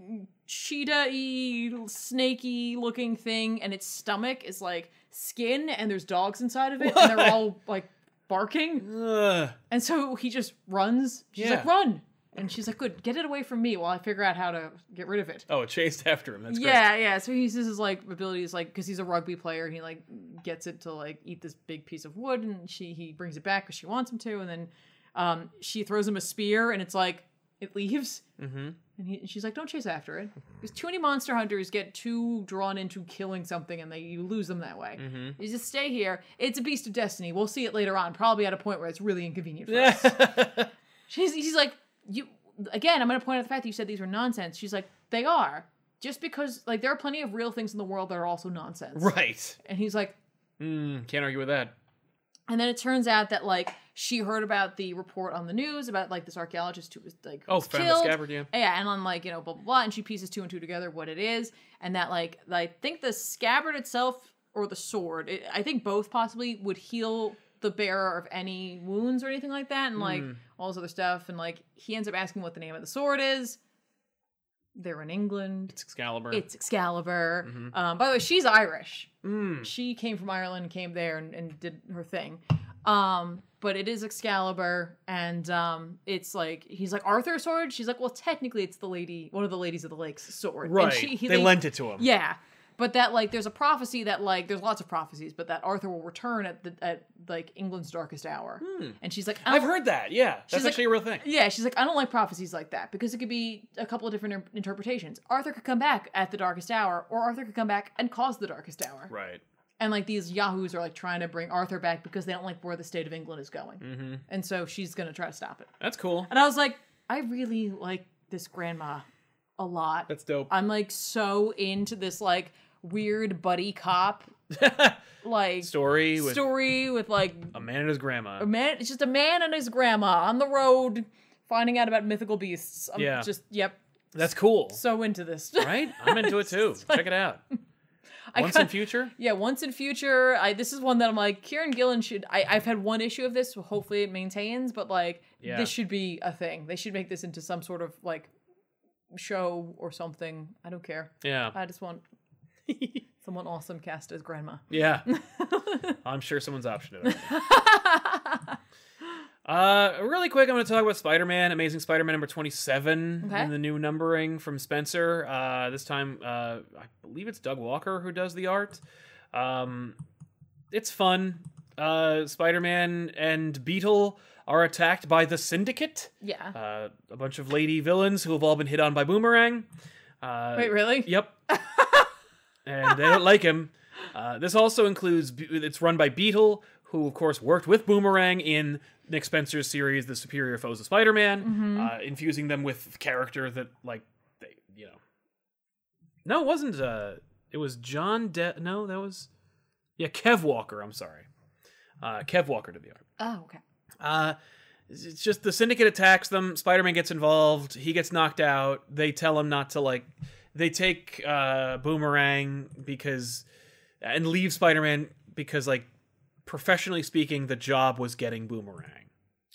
Speaker 2: cheetah-y, snakey looking thing, and its stomach is like skin, and there's dogs inside of it, and
Speaker 1: What?
Speaker 2: they're all like barking.
Speaker 1: Ugh.
Speaker 2: And so he just runs. She's like,
Speaker 1: Yeah.
Speaker 2: run. And she's like, good, get it away from me while I figure out how to get rid of it.
Speaker 1: Oh, it chased after him. That's great.
Speaker 2: yeah, yeah. So he uses his like abilities, like because he's a rugby player, and he like gets it to like eat this big piece of wood, and she he brings it back because she wants him to, and then um, she throws him a spear, and it's like it leaves,
Speaker 1: Mm-hmm.
Speaker 2: and, he, and she's like, don't chase after it, because too many monster hunters get too drawn into killing something, and they you lose them that way.
Speaker 1: Mhm.
Speaker 2: You just stay here. It's a beast of destiny. We'll see it later on, probably at a point where it's really inconvenient for us.
Speaker 1: Yeah.
Speaker 2: She's, he's like, you again. I'm going to point out the fact that you said these were nonsense. She's like, they are. Just because, like, there are plenty of real things in the world that are also nonsense.
Speaker 1: right.
Speaker 2: And he's like,
Speaker 1: Mm, can't argue with that.
Speaker 2: and then it turns out that like she heard about the report on the news about like this archaeologist who was like
Speaker 1: Oh,
Speaker 2: was
Speaker 1: found
Speaker 2: killed.
Speaker 1: the scabbard, yeah.
Speaker 2: Yeah, and on like you know blah blah blah, and she pieces two and two together what it is, and that like I think the scabbard itself or the sword, it, I think both possibly would heal the bearer of any wounds or anything like that, and like
Speaker 1: Mm.
Speaker 2: all this other stuff, and like he ends up asking what the name of the sword is. They're in England.
Speaker 1: It's Excalibur.
Speaker 2: It's Excalibur.
Speaker 1: Mhm.
Speaker 2: Um, by the way, she's Irish
Speaker 1: mm.
Speaker 2: she came from Ireland, came there, and, and did her thing. Um, but it is Excalibur, and um, it's like he's like Arthur's sword. She's like, well, technically, it's the lady, one of the ladies of the lake's sword. And
Speaker 1: Right.
Speaker 2: she- he-
Speaker 1: they lent it to him.
Speaker 2: Yeah, but that like, there's a prophecy that like, there's lots of prophecies, but that Arthur will return at the at like England's darkest hour.
Speaker 1: Hmm.
Speaker 2: And she's like, I
Speaker 1: I've
Speaker 2: don't-
Speaker 1: heard that. Yeah. That's
Speaker 2: She's like-
Speaker 1: actually a real thing.
Speaker 2: Yeah, she's like, I don't like prophecies like that because it could be a couple of different in- interpretations. Arthur could come back at the darkest hour, or Arthur could come back and cause the darkest hour
Speaker 1: Right.
Speaker 2: and like these yahoos are like trying to bring arthur back because they don't like where the state of england is going
Speaker 1: Mm-hmm.
Speaker 2: and so she's gonna try to stop it
Speaker 1: That's cool.
Speaker 2: and i was like i really like this grandma a lot
Speaker 1: That's dope.
Speaker 2: i'm like so into this like weird buddy cop Uh, like
Speaker 1: Story with
Speaker 2: story with like
Speaker 1: a man and his grandma.
Speaker 2: a man it's just a man and his grandma on the road finding out about mythical beasts i'm
Speaker 1: Yeah.
Speaker 2: just yep
Speaker 1: That's cool.
Speaker 2: so into this
Speaker 1: right? I'm into it too. Check it out.
Speaker 2: I
Speaker 1: Once in
Speaker 2: got-
Speaker 1: future?
Speaker 2: Yeah, once in future, I this is one that I'm like, Kieran Gillen should. I, I've had one issue of this. So hopefully, it maintains, but like,
Speaker 1: Yeah.
Speaker 2: this should be a thing. They should make this into some sort of like show or something. I don't care.
Speaker 1: Yeah.
Speaker 2: I just want someone awesome cast as grandma.
Speaker 1: Yeah. I'm sure someone's optioned it. already. Uh, really quick, I'm going to talk about Spider-Man, Amazing Spider-Man number 27,
Speaker 2: Okay.
Speaker 1: and the new numbering from Spencer. Uh, this time, uh, I believe it's Doug Walker who does the art. Um, it's fun. Uh, Spider-Man and Beetle are attacked by the Syndicate,
Speaker 2: Yeah.
Speaker 1: uh, a bunch of lady villains who have all been hit on by Boomerang. Uh,
Speaker 2: Wait, really?
Speaker 1: Yep. and they don't like him. Uh, this also includes it's run by Beetle, who of course worked with Boomerang in Nick Spencer's series "The Superior Foes of Spider-Man," uh, infusing them with character that like they you know. No, it wasn't. Uh, it was John. De- no, that was yeah Kev Walker. I'm sorry, uh, Kev Walker did the art.
Speaker 2: Oh, okay.
Speaker 1: Uh, it's just the syndicate attacks them. Spider Man gets involved. He gets knocked out. They tell him not to like. They take uh, Boomerang because and leave Spider Man because like professionally speaking, the job was getting Boomerang.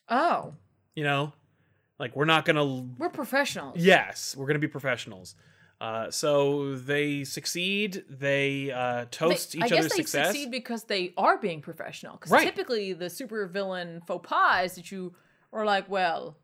Speaker 2: Oh,
Speaker 1: You know, like we're not gonna
Speaker 2: we're professionals.
Speaker 1: Yes, we're gonna be professionals. Uh, so they succeed. They uh,
Speaker 2: They-
Speaker 1: toast each
Speaker 2: I guess
Speaker 1: other's
Speaker 2: they
Speaker 1: success.
Speaker 2: succeed because they are being professional. Because
Speaker 1: Right.
Speaker 2: typically the supervillain faux pas is that you are like, well,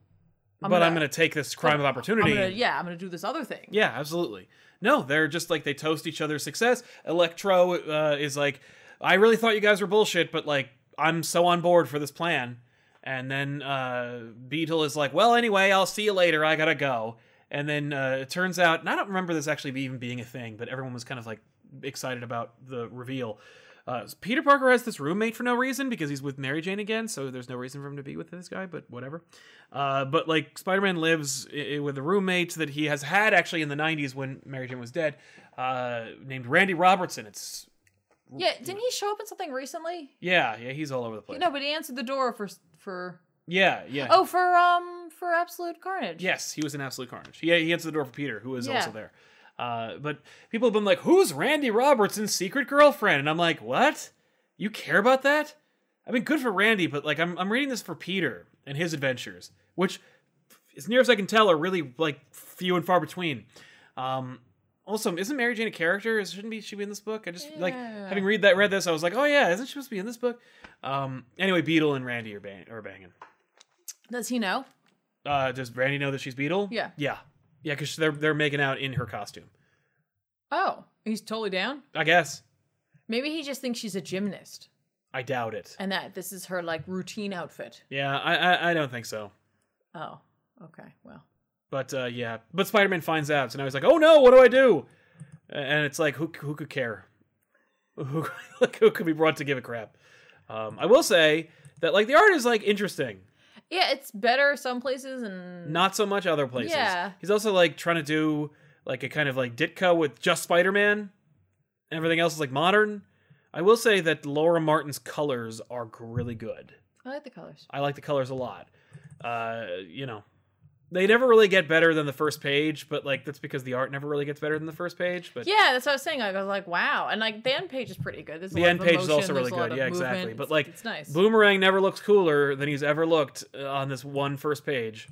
Speaker 1: but I'm gonna take this crime of opportunity.
Speaker 2: I'm gonna, yeah, I'm gonna do this other thing.
Speaker 1: Yeah, absolutely. No, they're just like they toast each other's success. Electro uh, is like, I really thought you guys were bullshit, but like I'm so on board for this plan. And then uh, Beetle is like, well, anyway, I'll see you later. I gotta go. And then uh, it turns out, and I don't remember this actually even being a thing, but everyone was kind of like excited about the reveal. Uh, Peter Parker has this roommate for no reason because he's with Mary Jane again, so there's no reason for him to be with this guy, but whatever. Uh, but like Spider Man lives i- i- with a roommate that he has had actually in the 90s when Mary Jane was dead, uh, named Randy Robertson. It's
Speaker 2: Yeah,
Speaker 1: Mm-hmm.
Speaker 2: didn't he show up in something recently?
Speaker 1: yeah, yeah, he's all over the place.
Speaker 2: No, but he answered the door for for
Speaker 1: Yeah, yeah.
Speaker 2: oh for um for Absolute Carnage.
Speaker 1: Yes, he was an absolute carnage. He, he answered the door for Peter, who is
Speaker 2: Yeah.
Speaker 1: also there. Uh, but people have been like, "Who's Randy Robertson's secret girlfriend?" And I'm like, "What? You care about that? I mean, good for Randy, but like, I'm I'm reading this for Peter and his adventures, which, as near as I can tell, are really like few and far between." Um, also, isn't Mary Jane a character? Is- Shouldn't be she be in this book? I just like
Speaker 2: Yeah.
Speaker 1: having read that read this, I was like, "Oh yeah, isn't she supposed to be in this book?" Um, anyway, Beetle and Randy are bang- are banging.
Speaker 2: Does he know?
Speaker 1: Uh, does Brandy know that she's Beetle?
Speaker 2: Yeah.
Speaker 1: Yeah. Yeah, because they're they're making out in her costume.
Speaker 2: Oh, he's totally down.
Speaker 1: I guess.
Speaker 2: Maybe he just thinks she's a gymnast
Speaker 1: I doubt it.
Speaker 2: and that this is her like routine outfit.
Speaker 1: Yeah, I I, I don't think so.
Speaker 2: Oh, okay. Well,
Speaker 1: But uh, yeah, but Spider Man finds out, so now he's like, "Oh no, what do I do?" A- And it's like, who who could care? Who like, who could be brought to give a crap? Um, I will say that like the art is like interesting,
Speaker 2: yeah, it's better some places and
Speaker 1: not so much other places.
Speaker 2: Mm. Yeah.
Speaker 1: He's also like trying to do like a kind of like Ditka with just Spider Man. Everything else is like modern. I will say that Laura Martin's colors are g- really good.
Speaker 2: I like the colors.
Speaker 1: I like the colors a lot. Uh, you know, they never really get better than the first page, but like that's because the art never really gets better than the first page. But
Speaker 2: Yeah, that's what I was saying. Like, I was like, wow, and like the end page is pretty good. There's a
Speaker 1: The
Speaker 2: lot
Speaker 1: end
Speaker 2: of
Speaker 1: page is
Speaker 2: emotion,
Speaker 1: also
Speaker 2: there's
Speaker 1: really
Speaker 2: a lot
Speaker 1: good.
Speaker 2: of
Speaker 1: Yeah,
Speaker 2: movement.
Speaker 1: exactly. But,
Speaker 2: It's-
Speaker 1: like,
Speaker 2: it's nice.
Speaker 1: Boomerang never looks cooler than he's ever looked uh, on this one first page.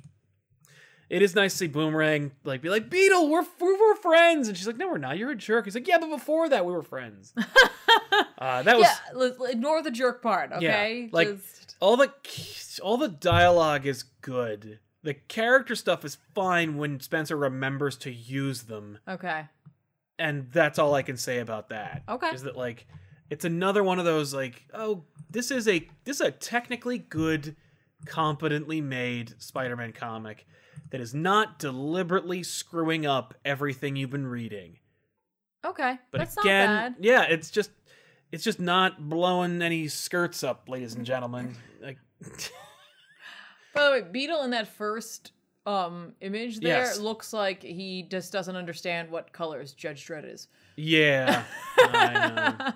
Speaker 1: It is nice to see Boomerang like be like Beetle, we're we were friends, and she's like, no, we're not. You're a jerk. He's like, yeah, but before that, we were friends. uh, that was
Speaker 2: yeah, let's- ignore the jerk part. Okay,
Speaker 1: like-
Speaker 2: Just-
Speaker 1: all the all the dialogue is good. The character stuff is fine when Spencer remembers to use them.
Speaker 2: okay.
Speaker 1: and that's all I can say about that.
Speaker 2: Okay.
Speaker 1: Is that like it's another one of those like, oh, this is a this is a technically good, competently made Spider-Man comic that is not deliberately screwing up everything you've been reading.
Speaker 2: Okay,
Speaker 1: But
Speaker 2: that's
Speaker 1: again,
Speaker 2: not bad.
Speaker 1: yeah, it's just it's just not blowing any skirts up, ladies and gentlemen. Like
Speaker 2: By the way, Beetle in that first um image there
Speaker 1: Yes.
Speaker 2: looks like he just doesn't understand what colors Judge Dredd is.
Speaker 1: Yeah. I know.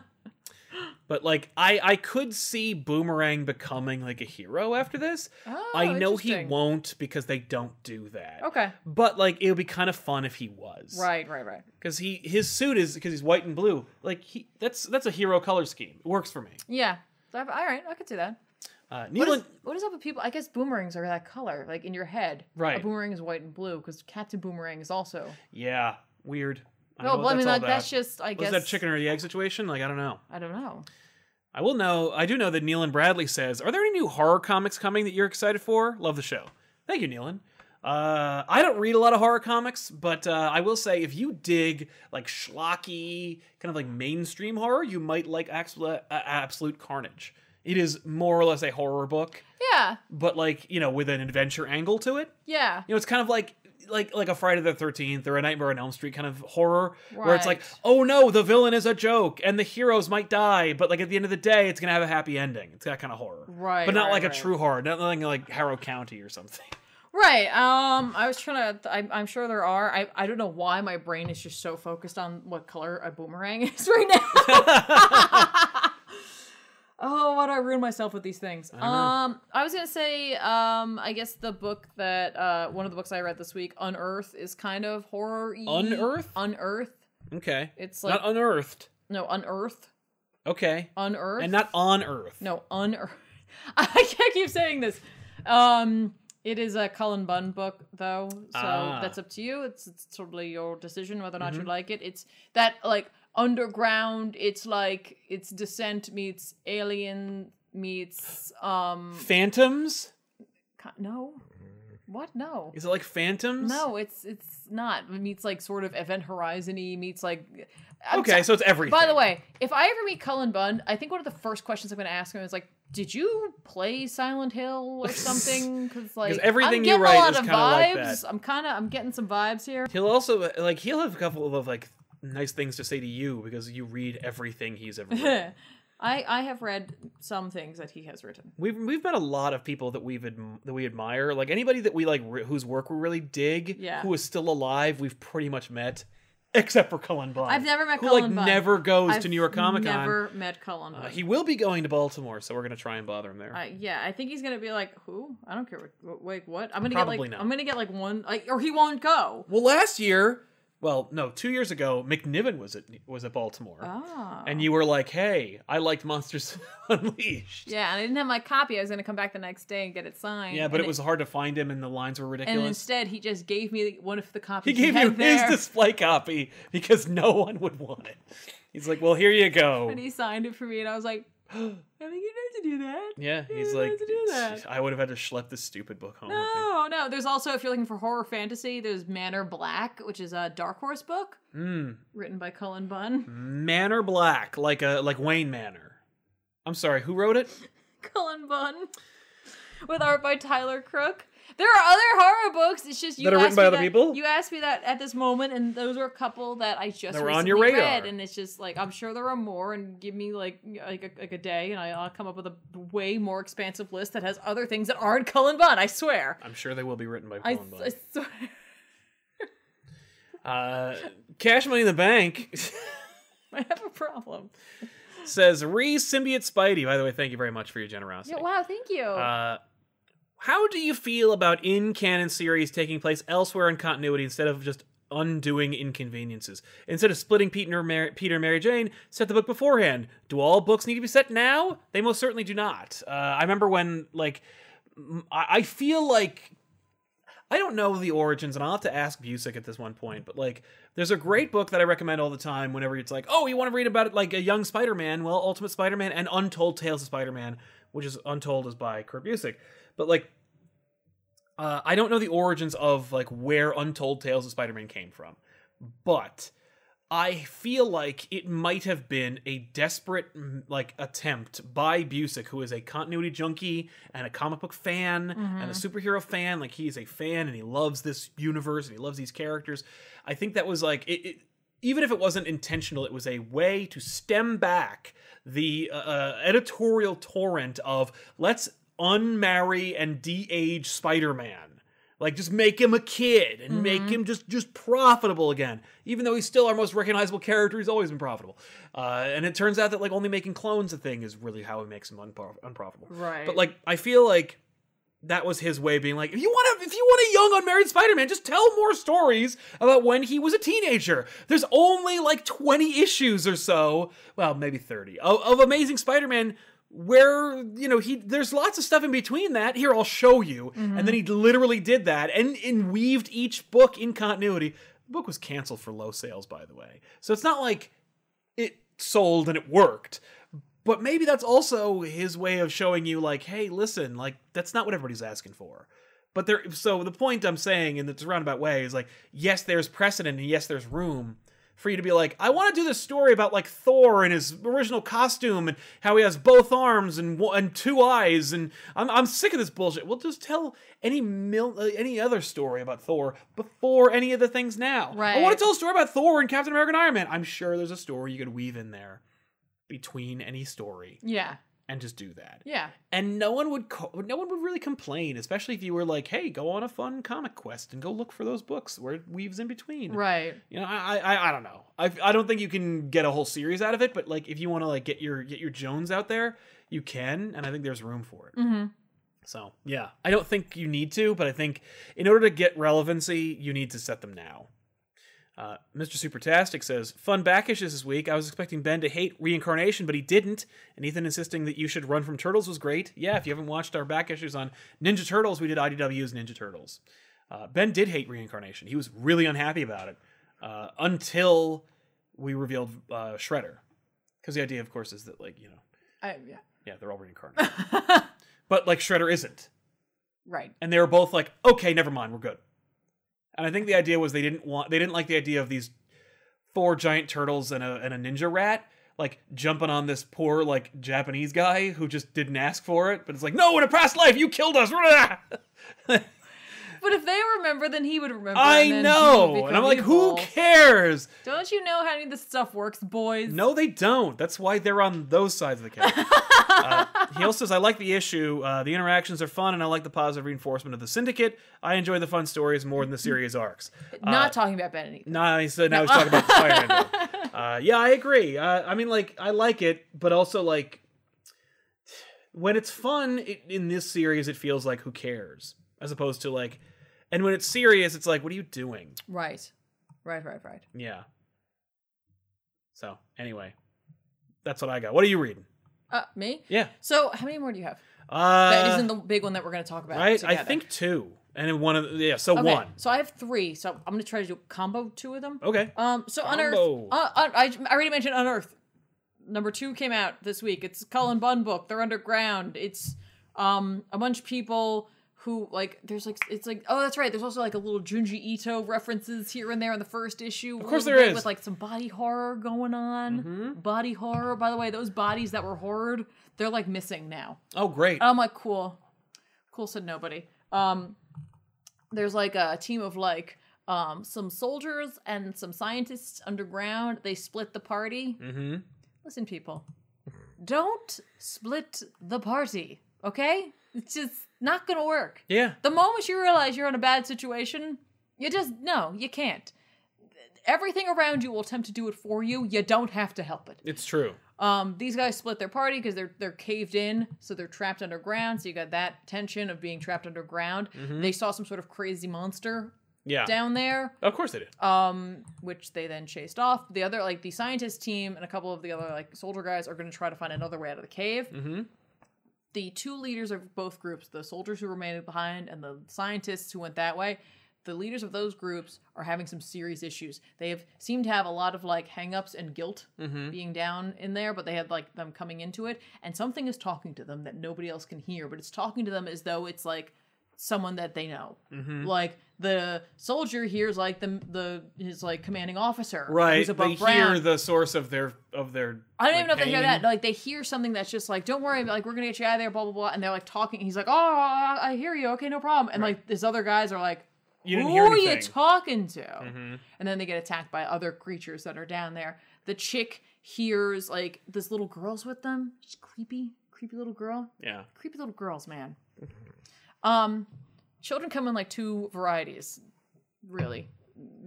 Speaker 1: But like I I could see Boomerang becoming like a hero after this.
Speaker 2: Oh,
Speaker 1: I know he
Speaker 2: interesting.
Speaker 1: won't because they don't do that.
Speaker 2: Okay,
Speaker 1: But like it would be kind of fun if he was.
Speaker 2: right, right, right.
Speaker 1: Cuz he his suit is cuz he's white and blue. Like he that's that's a hero color scheme. It works for me.
Speaker 2: Yeah, all right, I could see that.
Speaker 1: Uh
Speaker 2: What
Speaker 1: Neil
Speaker 2: is,
Speaker 1: and,
Speaker 2: what is up with people? I guess boomerangs are that color, like in your head.
Speaker 1: Right.
Speaker 2: A boomerang is white and blue because Captain Boomerang is also.
Speaker 1: yeah, weird. I don't
Speaker 2: No,
Speaker 1: know
Speaker 2: but
Speaker 1: what
Speaker 2: I mean,
Speaker 1: all
Speaker 2: like
Speaker 1: about.
Speaker 2: that's just. I
Speaker 1: was
Speaker 2: guess
Speaker 1: that chicken or the egg situation? Like I don't know.
Speaker 2: I don't know.
Speaker 1: I will know. I do know that Neelan Bradley says, "Are there any new horror comics coming that you're excited for?" Love the show. Thank you, Neelan. Uh, I don't read a lot of horror comics, but uh, I will say if you dig like schlocky, kind of like mainstream horror, you might like Absolute, uh, Absolute Carnage. It is more or less a horror book,
Speaker 2: Yeah.
Speaker 1: but like you know, with an adventure angle to it.
Speaker 2: Yeah.
Speaker 1: You know, it's kind of like like like a Friday the Thirteenth or a Nightmare on Elm Street kind of horror, where it's like,
Speaker 2: Right.
Speaker 1: oh no, the villain is a joke and the heroes might die, but like at the end of the day, it's gonna have a happy ending. It's that kind of horror,
Speaker 2: Right.
Speaker 1: but not
Speaker 2: right,
Speaker 1: like
Speaker 2: right.
Speaker 1: a true horror, nothing like Harrow County or something.
Speaker 2: Right. Um, I was trying to. I, I'm sure there are. I, I don't know why my brain is just so focused on what color a boomerang is right now. oh, why do I ruin myself with these things?
Speaker 1: don't know.
Speaker 2: um, I was gonna say. Um, I guess the book that uh, one of the books I read this week, Unearth, is kind of horror.
Speaker 1: Unearth?
Speaker 2: Unearth.
Speaker 1: Okay,
Speaker 2: It's like
Speaker 1: not unearthed.
Speaker 2: no unearth.
Speaker 1: Okay,
Speaker 2: Unearth.
Speaker 1: and not on Earth.
Speaker 2: No, unearthed. I can't keep saying this. Um, it is a Cullen Bunn book, though, so
Speaker 1: Ah. Mm-hmm.
Speaker 2: that's up to you. It's, it's totally your decision whether or not you like it. It's that like underground. It's like it's Descent meets Alien meets um.
Speaker 1: Phantoms?
Speaker 2: co- No, what? No,
Speaker 1: Is it like Phantoms?
Speaker 2: no. It's it's not. It meets like sort of Event Horizon-y meets like. I'm
Speaker 1: Okay, so it's everything.
Speaker 2: By the way, if I ever meet Cullen Bunn, I think one of the first questions I'm going to ask him is like, "Did you play Silent Hill or something?" Because like
Speaker 1: everything
Speaker 2: I'm
Speaker 1: you
Speaker 2: getting
Speaker 1: write
Speaker 2: a lot
Speaker 1: is
Speaker 2: of
Speaker 1: kinda like
Speaker 2: vibes. I'm kind of I'm getting some vibes here.
Speaker 1: he'll also like he'll have a couple of like nice things to say to you because you read everything he's ever written.
Speaker 2: I I have read some things that he has written.
Speaker 1: We've we've met a lot of people that we've adm- that we admire. Like anybody that we like re- whose work we really dig,
Speaker 2: Yeah.
Speaker 1: who is still alive, we've pretty much met, except for Cullen Bunn.
Speaker 2: I've never met
Speaker 1: who
Speaker 2: Cullen
Speaker 1: like
Speaker 2: Bunn.
Speaker 1: never goes
Speaker 2: I've
Speaker 1: to New York Comic Con.
Speaker 2: Never met Cullen Bunn.
Speaker 1: Uh, he will be going to Baltimore, so we're gonna try and bother him there.
Speaker 2: Uh, yeah, I think he's gonna be like, "Who? I don't care. What, like what? I'm gonna get
Speaker 1: Probably
Speaker 2: like
Speaker 1: not.
Speaker 2: I'm gonna get like one, like, or he won't go."
Speaker 1: well, last year, well, no, two years ago, McNiven was at was at Baltimore,
Speaker 2: Ah.
Speaker 1: and you were like, "Hey, I liked Monsters Unleashed."
Speaker 2: yeah, and I didn't have my copy. I was gonna come back the next day and get it signed.
Speaker 1: Yeah, but
Speaker 2: and
Speaker 1: it was hard to find him, and the lines were
Speaker 2: And
Speaker 1: ridiculous.
Speaker 2: instead, he just gave me one of the copies.
Speaker 1: He gave
Speaker 2: had
Speaker 1: you
Speaker 2: there,
Speaker 1: his display copy because no one would want it. He's like, "Well, here you go."
Speaker 2: and he signed it for me, and I was like, "I think you need to do that."
Speaker 1: yeah, he's
Speaker 2: didn't
Speaker 1: like,
Speaker 2: have to do that.
Speaker 1: "I would have had to schlep this stupid book home." with me."
Speaker 2: No, no. There's also, if you're looking for horror fantasy, there's Manor Black, which is a Dark Horse book
Speaker 1: Mm.
Speaker 2: written by Cullen Bunn.
Speaker 1: Manor Black, like a like Wayne Manor. I'm sorry, who wrote it?
Speaker 2: Cullen Bunn, with art by Tyler Crook. There are other horror books. It's just you
Speaker 1: That are written
Speaker 2: asked
Speaker 1: by
Speaker 2: me
Speaker 1: other
Speaker 2: that-
Speaker 1: people?
Speaker 2: You asked me that at this moment, and those are a couple that I just
Speaker 1: That were
Speaker 2: recently
Speaker 1: on your radar.
Speaker 2: read, and it's just like I'm sure there are more. And give me like like a, like a day, and I, I'll come up with a way more expansive list that has other things that aren't Cullen Bunn. I swear.
Speaker 1: I'm sure they will be written by
Speaker 2: I,
Speaker 1: Colin
Speaker 2: I swear.
Speaker 1: Bunn. Uh, Cash Money in the Bank
Speaker 2: I have a problem.
Speaker 1: says, "Re symbiote Spidey." By the way, thank you very much for your generosity.
Speaker 2: Yeah, wow, thank you.
Speaker 1: Uh, how do you feel about in canon series taking place elsewhere in continuity instead of just undoing inconveniences? Instead of splitting Peter, Mar- Peter and Mary Jane, set the book beforehand. Do all books need to be set now? They most certainly do not. Uh, I remember when, like, m- I-, I feel like. I don't know the origins, and I'll have to ask Busick at this one point. But like, there's a great book that I recommend all the time. Whenever it's like, oh, you want to read about it, like a young Spider-Man, well, Ultimate Spider-Man and Untold Tales of Spider-Man, which is Untold is by Kurt Busick. But like, uh, I don't know the origins of like where Untold Tales of Spider-Man came from, but I feel like it might have been a desperate mm, like attempt by Busick, who is a continuity junkie and a comic book fan and a superhero fan. Like he is a fan and he loves this universe and he loves these characters. I think that was like it. it even if it wasn't intentional, it was a way to stem back the uh, uh, editorial torrent of let's unmarry and de-age Spider-Man. Like just make him a kid and make him just just profitable again. Even though he's still our most recognizable character, he's always been profitable. Uh, and it turns out that like only making clones a thing is really how he makes him unprof- unprofitable.
Speaker 2: Right.
Speaker 1: But like I feel like that was his way of being like, if you want to, if you want a young unmarried Spider-Man, just tell more stories about when he was a teenager. There's only like 20 issues or so, well, maybe 30 of, of Amazing Spider-Man where you know he there's lots of stuff in between that here i'll show you and then he literally did that and, and weaved each book in continuity the book was canceled for low sales by the way so it's not like it sold and it worked But maybe that's also his way of showing you, like, hey, listen, like, that's not what everybody's asking for. But there, so the point I'm saying in this roundabout way is like, yes, there's precedent and yes, there's room for you to be like, I want to do this story about like Thor and his original costume and how he has both arms and one- and two eyes, and I'm I'm sick of this bullshit. We'll just tell any mil- uh, any other story about Thor before any of the things now. I want
Speaker 2: Right.
Speaker 1: to tell a story about Thor and Captain America and Iron Man. I'm sure there's a story you could weave in there between any story
Speaker 2: Yeah.
Speaker 1: and just do that
Speaker 2: Yeah.
Speaker 1: and no one would co- no one would really complain especially if you were like hey go on a fun comic quest and go look for those books where it weaves in between
Speaker 2: Right.
Speaker 1: you know i i, I don't know I, I don't think you can get a whole series out of it but like if you want to like get your get your jones out there you can and i think there's room for it
Speaker 2: Mm-hmm.
Speaker 1: so yeah i don't think you need to but i think in order to get relevancy you need to set them now uh, Mr. Supertastic says, Fun back issues this week. I was expecting Ben to hate reincarnation, but he didn't. And Ethan insisting that you should run from Turtles was great. Yeah, if you haven't watched our back issues on Ninja Turtles, we did IDW's Ninja Turtles. Uh, ben did hate reincarnation. He was really unhappy about it uh, until we revealed uh, Shredder. Because the idea, of course, is that, like, you know,
Speaker 2: I, yeah.
Speaker 1: yeah, they're all reincarnated. but, like, Shredder isn't
Speaker 2: Right.
Speaker 1: and they were both like, "Okay, never mind, we're good." And I think the idea was they didn't want they didn't like the idea of these four giant turtles and a and a ninja rat like jumping on this poor like Japanese guy who just didn't ask for it, but it's like, "No, in a past life you killed us."
Speaker 2: But if they remember, then he would remember.
Speaker 1: I
Speaker 2: and then he would
Speaker 1: know. And I'm
Speaker 2: become
Speaker 1: like, "Who
Speaker 2: evil.
Speaker 1: cares?"
Speaker 2: Don't you know how any of this stuff works, boys?
Speaker 1: No, they don't. That's why they're on those sides of the couch. uh, he also says, I like the issue. Uh, the interactions are fun, and I like the positive reinforcement of the syndicate. I enjoy the fun stories more than the series arcs.
Speaker 2: Not talking about Ben and Ethan.
Speaker 1: No, so now he's talking about the Firebender. Uh, yeah, I agree. Uh, I mean, like, I like it, but also, like, when it's fun it, in this series, it feels like who cares? As opposed to, like, and when it's serious, it's like, what are you doing?
Speaker 2: Right. Right, right, right.
Speaker 1: Yeah. So, anyway, that's what I got. What are you reading?
Speaker 2: Uh, me?
Speaker 1: Yeah.
Speaker 2: So, how many more do you have?
Speaker 1: Uh,
Speaker 2: That not the big one that we're going to talk about.
Speaker 1: right? I
Speaker 2: together.
Speaker 1: think two. And then one of the, yeah, so
Speaker 2: Okay,
Speaker 1: one.
Speaker 2: So I have three. So I'm going to try to do combo two of them.
Speaker 1: Okay.
Speaker 2: Um. So
Speaker 1: Combo.
Speaker 2: unearth. Uh, uh, I I already mentioned unearth. Number two came out this week. It's Cullen Bunn book. They're underground. It's um a bunch of people who like there's like it's like oh that's right. There's also like a little Junji Ito references here and there in the first issue. Of
Speaker 1: course
Speaker 2: there
Speaker 1: there
Speaker 2: is
Speaker 1: is. Mm-hmm.
Speaker 2: with like some body horror going on. Body horror. By the way, those bodies that were horrored, they're like missing now.
Speaker 1: Oh, great.
Speaker 2: I'm like, cool. Cool said nobody. Um there's like a team of like um some soldiers and some scientists underground. They split the party.
Speaker 1: mm-hmm.
Speaker 2: Listen, people. Don't split the party, okay? It's just not gonna work.
Speaker 1: Yeah.
Speaker 2: The moment you realize you're in a bad situation, you just no, you can't. Everything around you will attempt to do it for you. You don't have to help it.
Speaker 1: It's true.
Speaker 2: Um, these guys split their party because they're they're caved in, so they're trapped underground. So you got that tension of being trapped underground. They saw some sort of crazy monster
Speaker 1: Yeah.
Speaker 2: down there,
Speaker 1: Of course they did.
Speaker 2: um, which they then chased off. The other like the scientist team and a couple of the other like soldier guys are going to try to find another way out of the cave.
Speaker 1: Mhm.
Speaker 2: The two leaders of both groups, the soldiers who remained behind and the scientists who went that way. The leaders of those groups are having some serious issues. They have seem to have a lot of like hangups and guilt
Speaker 1: Mm-hmm.
Speaker 2: being down in there, but they had like them coming into it, and something is talking to them that nobody else can hear, but it's talking to them as though it's like someone that they know.
Speaker 1: Mhm.
Speaker 2: Like the soldier hears like the the his like commanding officer
Speaker 1: right
Speaker 2: who's above
Speaker 1: they
Speaker 2: ground.
Speaker 1: hear the source of their of their
Speaker 2: I
Speaker 1: like,
Speaker 2: don't even know if they hear
Speaker 1: pain.
Speaker 2: that. Like they hear something that's just like, "Don't worry, like we're gonna get you out of there," blah blah blah, and they're like talking. He's like, "Oh, I I hear you. Okay, no problem." And like these other guys are like,
Speaker 1: you didn't
Speaker 2: "Who
Speaker 1: hear
Speaker 2: are you
Speaker 1: anything
Speaker 2: talking to?"
Speaker 1: Mhm.
Speaker 2: and then they get attacked by other creatures that are down there. The chick hears like this little girl's with them. She's creepy, creepy little girl.
Speaker 1: yeah
Speaker 2: Creepy little girls, man.
Speaker 1: Mm-hmm.
Speaker 2: Um, children come in like two varieties, really,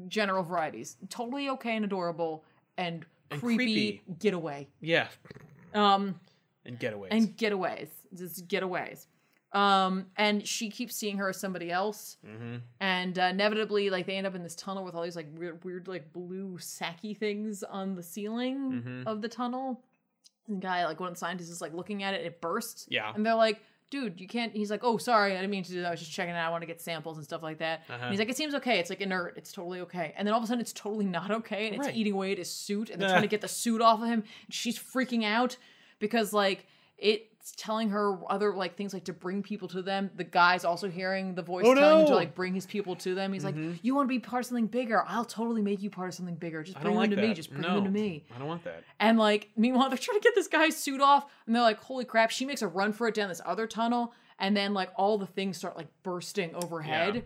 Speaker 2: general varieties. Totally okay and adorable, and,
Speaker 1: And
Speaker 2: creepy, Get away.
Speaker 1: yeah
Speaker 2: Um,
Speaker 1: and getaways
Speaker 2: and getaways, just getaways. Um, and she keeps seeing her as somebody else
Speaker 1: mm-hmm.
Speaker 2: and uh, inevitably like they end up in this tunnel with all these like weird, weird like blue sacky things on the ceiling
Speaker 1: Mhm.
Speaker 2: of the tunnel and the guy like one of the scientists is like looking at it it bursts
Speaker 1: yeah
Speaker 2: and they're like dude you can't he's like oh sorry i didn't mean to do that i was just checking it out i want to get samples and stuff like that
Speaker 1: Uh-huh.
Speaker 2: and he's like it seems okay it's like inert it's totally okay and then all of a sudden it's totally not okay and it's
Speaker 1: Right.
Speaker 2: eating away at his suit and they're
Speaker 1: Nah.
Speaker 2: trying to get the suit off of him and she's freaking out because like it's telling her other like things like to bring people to them. The guy's also hearing the voice
Speaker 1: Oh,
Speaker 2: telling him to
Speaker 1: no! Mm-hmm.
Speaker 2: like bring his people to them. He's like, "You want to be part of something bigger? I'll totally make you part of something bigger. Just
Speaker 1: I
Speaker 2: bring
Speaker 1: don't
Speaker 2: them
Speaker 1: like
Speaker 2: to
Speaker 1: that.
Speaker 2: me. Just bring
Speaker 1: no,
Speaker 2: them to me."
Speaker 1: I don't want that.
Speaker 2: And like, meanwhile, they're trying to get this guy's suit off, and they're like, "Holy crap!" She makes a run for it down this other tunnel, and then like all the things start like bursting overhead,
Speaker 1: Yeah.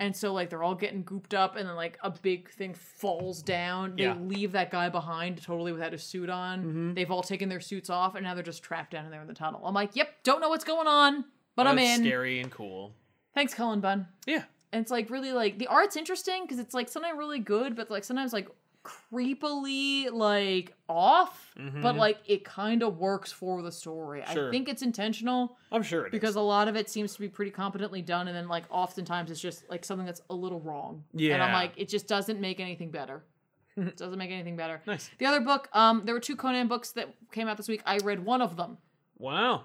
Speaker 2: and so like they're all getting gooped up, and then like a big thing falls down. They
Speaker 1: Yeah. Mm-hmm.
Speaker 2: leave that guy behind totally without his suit on. They've all taken their suits off, and now they're just trapped down in there in the tunnel. I'm like, "Yep, don't know what's going on, but I'm
Speaker 1: That's
Speaker 2: in."
Speaker 1: Oh, Scary and cool.
Speaker 2: Thanks, Cullen Bunn.
Speaker 1: Yeah.
Speaker 2: And it's like really like the art's interesting because it's like sometimes really good, but like sometimes like creepily like off, but like it kind of works for the story. I
Speaker 1: Mm-hmm. Sure.
Speaker 2: think it's intentional
Speaker 1: I'm sure it is.
Speaker 2: because a lot of it seems to be pretty competently done, and then like oftentimes it's just like something that's a little wrong. and I'm
Speaker 1: Yeah.
Speaker 2: like, it just doesn't make anything better. it doesn't make anything better.
Speaker 1: Nice.
Speaker 2: The other book, um, there were two Conan books that came out this week. I read one of them,
Speaker 1: Wow.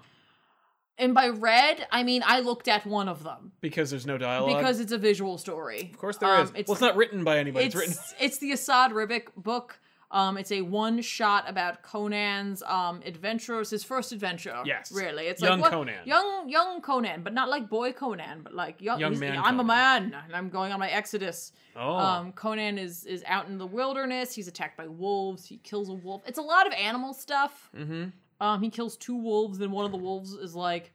Speaker 2: and by read I mean I looked at one of them
Speaker 1: Because there's no dialogue.
Speaker 2: because it's a visual story. Um,
Speaker 1: of course there is.
Speaker 2: It's,
Speaker 1: well, it's not written by anybody. It's, written.
Speaker 2: it's the Assad Ribic book. Um, it's a one shot about Conan's um adventures, his first adventure.
Speaker 1: Yes.
Speaker 2: really, it's
Speaker 1: Young
Speaker 2: like what-
Speaker 1: Conan.
Speaker 2: young young Conan, but not like boy Conan, but like young.
Speaker 1: Young
Speaker 2: he's-
Speaker 1: man
Speaker 2: I'm a
Speaker 1: Conan.
Speaker 2: man, and I'm going on my exodus.
Speaker 1: Oh.
Speaker 2: Um, Conan is is out in the wilderness. He's attacked by wolves. He kills a wolf. It's a lot of animal stuff.
Speaker 1: mm-hmm.
Speaker 2: Um, he kills two wolves, and one of the wolves is like,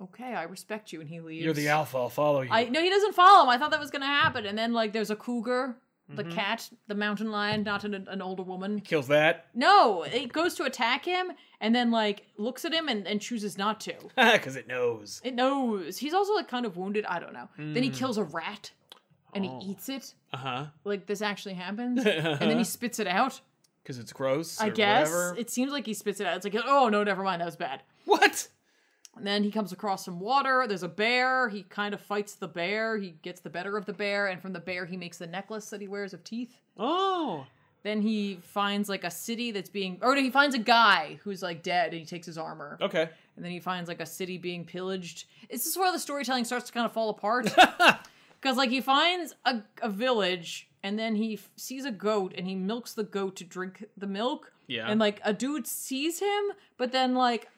Speaker 2: "Okay, I respect you," and he leaves.
Speaker 1: You're the alpha. I'll follow you.
Speaker 2: I no, he doesn't follow him. I thought that was gonna happen, and then like there's a cougar, the cat, the mountain lion, not an, an older woman.
Speaker 1: Kills that.
Speaker 2: No, it goes to attack him, and then like looks at him and, and chooses not to.
Speaker 1: Because it knows.
Speaker 2: It knows he's also like kind of wounded. I don't know. Then he kills a rat, and
Speaker 1: Oh.
Speaker 2: he eats it.
Speaker 1: Uh huh.
Speaker 2: Like this actually happens, Uh-huh. and then he spits it out.
Speaker 1: Because it's gross.
Speaker 2: I
Speaker 1: or
Speaker 2: guess
Speaker 1: Whatever.
Speaker 2: it seems like he spits it out. It's like oh no, never mind, that was bad.
Speaker 1: What?
Speaker 2: And then he comes across some water. There's a bear. He kind of fights the bear. He gets the better of the bear, and from the bear, he makes the necklace that he wears of teeth.
Speaker 1: Oh.
Speaker 2: Then he finds like a city that's being, or no, he finds a guy who's like dead, and he takes his armor.
Speaker 1: Okay.
Speaker 2: And then he finds like a city being pillaged. This is where the storytelling starts to kind of fall apart. Because like he finds a, a village, and then he f- sees a goat, and he milks the goat to drink the milk.
Speaker 1: Yeah.
Speaker 2: And like a dude sees him, but then like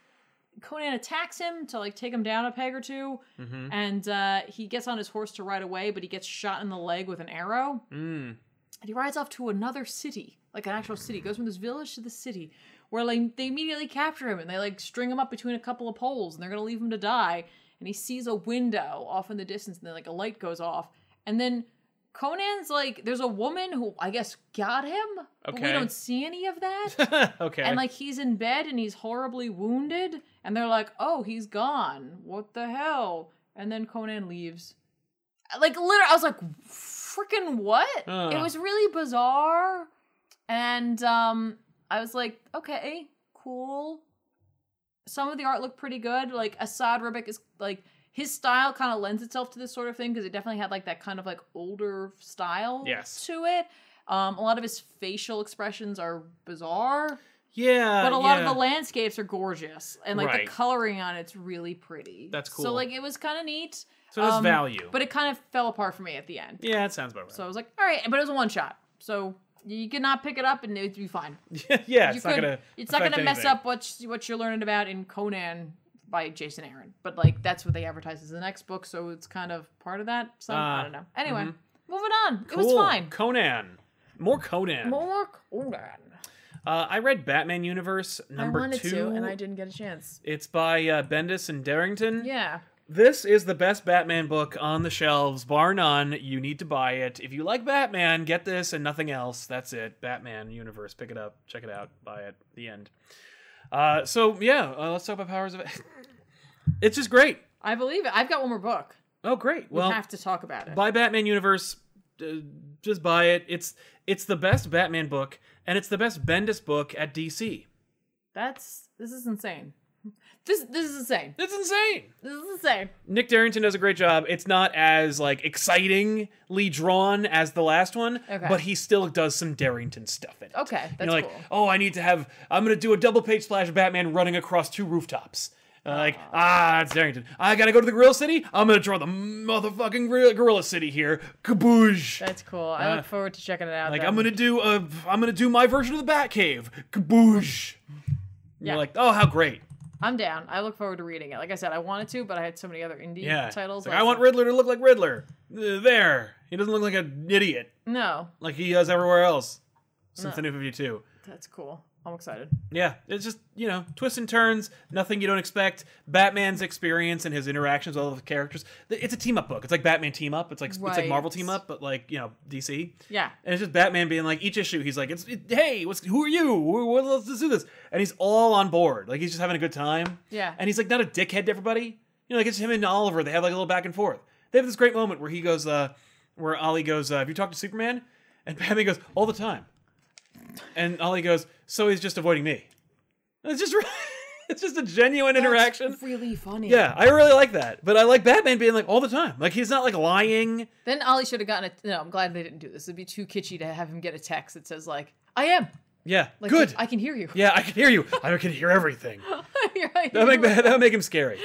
Speaker 2: Conan attacks him to like take him down a peg or 2
Speaker 1: Mm-hmm.
Speaker 2: and uh, he gets on his horse to ride away, but he gets shot in the leg with an arrow,
Speaker 1: Mm.
Speaker 2: and he rides off to another city, like an actual city. Goes from this village to the city, where like they immediately capture him and they like string him up between a couple of poles, and they're gonna leave him to die. And he sees a window off in the distance, and then like a light goes off, and then. Conan's like, there's a woman who I guess got him, but we
Speaker 1: Okay.
Speaker 2: don't see any of that.
Speaker 1: okay.
Speaker 2: And like he's in bed and he's horribly wounded, and they're like, "Oh, he's gone. What the hell?" And then Conan leaves. Like literally, I was like, "Freaking what?"
Speaker 1: Huh.
Speaker 2: It was really bizarre, and um, I was like, "Okay, cool." Some of the art looked pretty good. Like Assad Ribic is like his style kind of lends itself to this sort of thing because it definitely had like that kind of like older style
Speaker 1: Yes.
Speaker 2: to it. Um, a lot of his facial expressions are bizarre
Speaker 1: yeah.
Speaker 2: but a lot
Speaker 1: Uh, yeah.
Speaker 2: of the landscapes are gorgeous and like
Speaker 1: Right.
Speaker 2: the coloring on it's really pretty
Speaker 1: That's
Speaker 2: so
Speaker 1: cool.
Speaker 2: like it was kind of neat
Speaker 1: So there's
Speaker 2: um,
Speaker 1: value.
Speaker 2: but it kind of fell apart for me at the end
Speaker 1: yeah, it sounds about right.
Speaker 2: so i was like all right but it was a one shot so you could not pick it up and it'd be fine
Speaker 1: yeah,
Speaker 2: you
Speaker 1: it's not
Speaker 2: could-
Speaker 1: gonna.
Speaker 2: it's not
Speaker 1: affect
Speaker 2: gonna mess
Speaker 1: anything.
Speaker 2: up what what you're learning about in conan by jason aaron but like that's what they advertise as the next book so it's kind of part of that so i
Speaker 1: Ah,
Speaker 2: don't know anyway
Speaker 1: mhm.
Speaker 2: moving on it was
Speaker 1: Cool.
Speaker 2: fine
Speaker 1: Conan. More Conan.
Speaker 2: more conan
Speaker 1: Uh, I read Batman Universe number
Speaker 2: i wanted
Speaker 1: two.
Speaker 2: to and i didn't get a chance
Speaker 1: It's by uh, Bendis and Darrington.
Speaker 2: yeah
Speaker 1: This is the best Batman book on the shelves, bar none. You need to buy it. If you like Batman, get this and nothing else. That's it. Batman Universe. Pick it up. Check it out. Buy it. The end. Uh, so yeah, uh, let's talk about Powers of. it's just great.
Speaker 2: i believe it i've got one more book
Speaker 1: Oh, great.
Speaker 2: We
Speaker 1: Well,
Speaker 2: have to talk about it.
Speaker 1: buy Batman Universe. Uh, just buy it. It's it's the best Batman book, and it's the best Bendis book at DC.
Speaker 2: That's this is insane. This this is insane.
Speaker 1: It's insane.
Speaker 2: This is insane.
Speaker 1: Nick Darrington does a great job. It's not as like excitingly drawn as the last one,
Speaker 2: Okay.
Speaker 1: but he still does some Darrington stuff in it.
Speaker 2: Okay, that's
Speaker 1: you know, like,
Speaker 2: cool.
Speaker 1: oh, I need to have, I'm gonna do a double page splash of Batman running across two rooftops. Uh, like, ah, it's Darrington. I gotta go to the Gorilla City. I'm gonna draw the motherfucking gorilla, gorilla City here. Kaboosh!
Speaker 2: That's cool. I look forward to checking it out.
Speaker 1: uh, Like,
Speaker 2: then.
Speaker 1: I'm gonna do a, I'm gonna do my version of the Batcave. Kaboosh! You're
Speaker 2: Yeah.
Speaker 1: like, oh, how great!
Speaker 2: I'm down. I look forward to reading it. Like I said, I wanted to, but I had so many other indie
Speaker 1: Yeah, It's
Speaker 2: titles.
Speaker 1: Like,
Speaker 2: last
Speaker 1: I want
Speaker 2: night.
Speaker 1: Riddler to look like Riddler. Uh, There, he doesn't look like an idiot
Speaker 2: No,
Speaker 1: like he does everywhere else. Since
Speaker 2: No.
Speaker 1: the new Fifty Two.
Speaker 2: that's cool. I'm excited.
Speaker 1: Yeah, it's just you know twists and turns, nothing you don't expect. Batman's experience and his interactions with all the characters. Th- It's a team up book. It's like Batman team up. It's like it's like
Speaker 2: Right.
Speaker 1: Marvel team up, but like you know DC.
Speaker 2: Yeah.
Speaker 1: And it's just Batman being like each issue he's like it's it, hey what's who are you Wh- wh- let's just do this and he's all on board like he's just having a good time
Speaker 2: Yeah.
Speaker 1: and he's like not a dickhead to everybody you know like it's him and Oliver they have like a little back and forth they have this great moment where he goes uh where Ollie goes uh, have you talked to Superman and Batman goes all the time and Ollie goes so he's just avoiding me And it's just it's just a genuine interaction
Speaker 2: That's really funny.
Speaker 1: yeah I really like that but I like Batman being like all the time like he's not like lying
Speaker 2: Then Ollie should have gotten a. No, I'm glad they didn't do this. It'd be too kitschy to have him get a text that says like, "I am."
Speaker 1: yeah
Speaker 2: Like,
Speaker 1: good
Speaker 2: I can hear you.
Speaker 1: yeah I can hear you I can hear everything.
Speaker 2: You're like,
Speaker 1: That would make, that would make him scary.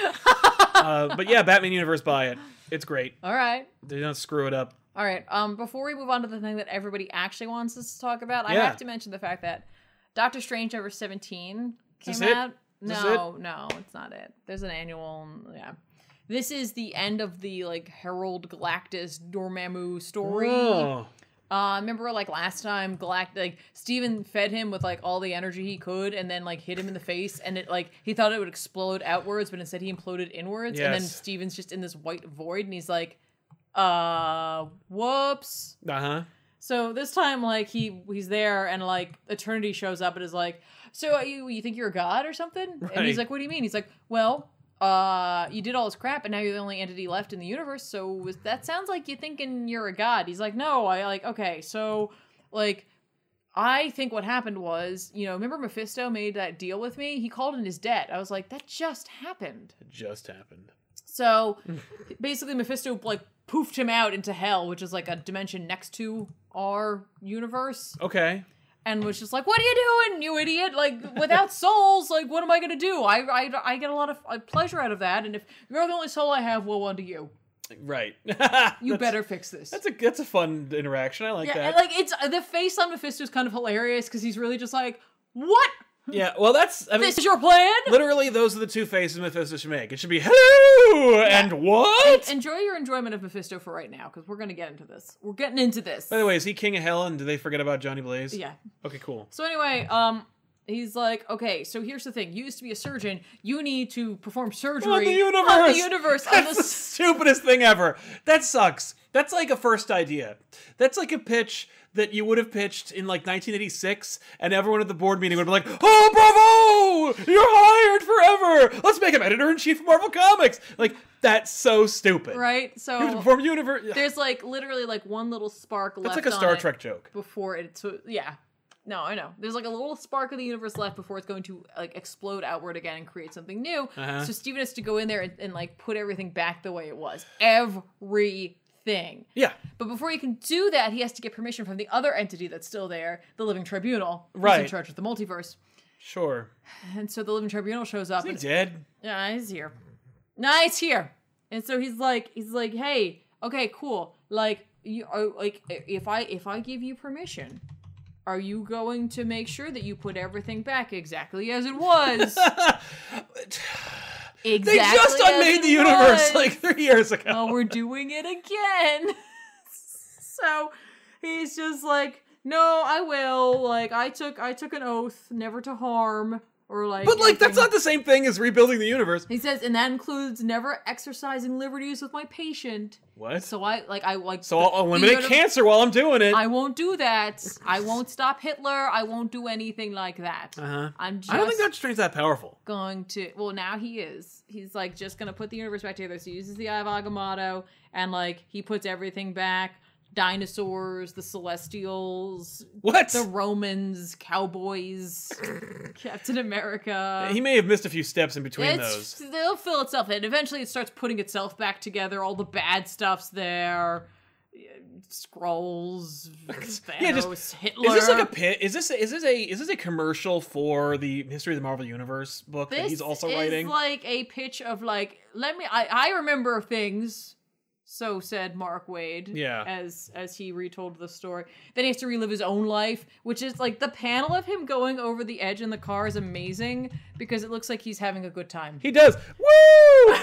Speaker 1: uh, but yeah, Batman Universe, buy it. It's great.
Speaker 2: All right.
Speaker 1: They don't screw it up.
Speaker 2: All right. Um, before we move on to the thing that everybody actually wants us to talk about, I
Speaker 1: Yeah.
Speaker 2: have to mention the fact that Doctor Strange number seventeen came
Speaker 1: this it?
Speaker 2: out.
Speaker 1: Is this
Speaker 2: No, no, it's not it. There's an annual. Yeah, this is the end of the like Herald Galactus Dormammu story.
Speaker 1: Oh,
Speaker 2: Uh, remember like last time, Galact like Steven fed him with like all the energy he could, and then like hit him in the face, and it like he thought it would explode outwards, but instead he imploded inwards, and then
Speaker 1: Yes.
Speaker 2: Steven's just in this white void, and he's like, "Uh, whoops."
Speaker 1: uh huh.
Speaker 2: So this time, like he he's there, and like Eternity shows up and is like, "So uh, you you think you're a god or something?" And
Speaker 1: Right.
Speaker 2: he's like, "What do you mean?" He's like, "Well." Uh, you did all this crap, and now you're the only entity left in the universe. So was, that sounds like you're thinking you're a god. He's like, no, I like okay. So, like, I think what happened was, you know, remember Mephisto made that deal with me. He called in his debt. I was like, that just happened.
Speaker 1: It just happened.
Speaker 2: So basically, Mephisto like poofed him out into hell, which is like a dimension next to our universe,
Speaker 1: Okay.
Speaker 2: and was just like, "What are you doing, you idiot? Like without souls, like what am I gonna do? I I, I get a lot of uh, pleasure out of that, and if you're the only soul I have, well, unto you.
Speaker 1: Right. you
Speaker 2: You better fix this."
Speaker 1: That's a that's a fun interaction. I like
Speaker 2: yeah,
Speaker 1: that.
Speaker 2: and, like it's uh, the face on Mephisto is kind of hilarious because he's really just like, "What?
Speaker 1: yeah. Well, that's I mean,
Speaker 2: This is your plan?"
Speaker 1: literally those are the two faces Mephisto should make. It should be hello and what.
Speaker 2: Enjoy your enjoyment of Mephisto for right now, because we're gonna get into this. We're getting into this.
Speaker 1: By the way, is he King of Hell? And do they forget about Johnny Blaze?
Speaker 2: yeah.
Speaker 1: Okay. Cool.
Speaker 2: So anyway, um, he's like, okay, so here's the thing. You used to be a surgeon. You need to perform surgery
Speaker 1: On the universe.
Speaker 2: on the universe, on
Speaker 1: That's the
Speaker 2: the-
Speaker 1: stupidest thing ever. That sucks. That's like a first idea. That's like a pitch that you would have pitched in like 1986, and everyone at the board meeting would be like, "Oh, bravo! You're hired forever. Let's make him editor in chief of Marvel Comics." Like that's so stupid.
Speaker 2: right?
Speaker 1: You have to
Speaker 2: So
Speaker 1: perform universe.
Speaker 2: there's like literally like one little spark
Speaker 1: That's
Speaker 2: left.
Speaker 1: like a
Speaker 2: on
Speaker 1: Star
Speaker 2: it
Speaker 1: Trek joke.
Speaker 2: before it. So yeah. No, I know. There's like a little spark of the universe left before it's going to like explode outward again and create something new.
Speaker 1: Uh-huh.
Speaker 2: So Steven has to go in there and, and like put everything back the way it was. Everything.
Speaker 1: Yeah,
Speaker 2: But before he can do that, he has to get permission from the other entity that's still there, the Living Tribunal, who's in
Speaker 1: Right.
Speaker 2: charge of the multiverse.
Speaker 1: sure.
Speaker 2: And so the Living Tribunal shows up.
Speaker 1: He
Speaker 2: And,
Speaker 1: did.
Speaker 2: yeah, he's here. Nah, he's here. And so he's like, he's like, hey, okay, cool. Like, you are like, if I if I give you permission, are you going to make sure that you put everything back exactly as it was? exactly. Oh,
Speaker 1: They just
Speaker 2: as
Speaker 1: unmade
Speaker 2: it
Speaker 1: the universe
Speaker 2: was.
Speaker 1: like three years ago.
Speaker 2: well, we're doing it again. so he's just like, no, I will. Like, I took I took an oath never to harm or like.
Speaker 1: but like that's
Speaker 2: anything.
Speaker 1: not the same thing as rebuilding the universe.
Speaker 2: He says, and that includes never exercising liberties with my patient.
Speaker 1: What? So,
Speaker 2: So I like I like
Speaker 1: I'll
Speaker 2: the
Speaker 1: eliminate
Speaker 2: univ-
Speaker 1: cancer while I'm doing it.
Speaker 2: I won't do that. I won't stop Hitler. I won't do anything like that.
Speaker 1: uh-huh.
Speaker 2: I'm just
Speaker 1: I don't think Doctor Strange's that powerful.
Speaker 2: going to well now he is. He's like just gonna put the universe back together. So he uses the eye of Agamotto and like he puts everything back. Dinosaurs, the Celestials,
Speaker 1: What?
Speaker 2: the Romans, cowboys, Captain America.
Speaker 1: he may have missed a few steps in between
Speaker 2: It's,
Speaker 1: those.
Speaker 2: it'll fill itself in. Eventually, it starts putting itself back together. All the bad stuff's there. Scrolls, Thanos,
Speaker 1: Yeah, just-
Speaker 2: Hitler.
Speaker 1: Is this like a pit? Is this is this a is this a commercial for the history of the Marvel Universe book that
Speaker 2: This
Speaker 1: he's also
Speaker 2: is
Speaker 1: writing?
Speaker 2: like a pitch of like, let me. I, I remember things. So said Mark Wade.
Speaker 1: Yeah.
Speaker 2: As as he retold the story. Then he has to relive his own life, which is like the panel of him going over the edge in the car is amazing because it looks like he's having a good time.
Speaker 1: He does. Woo!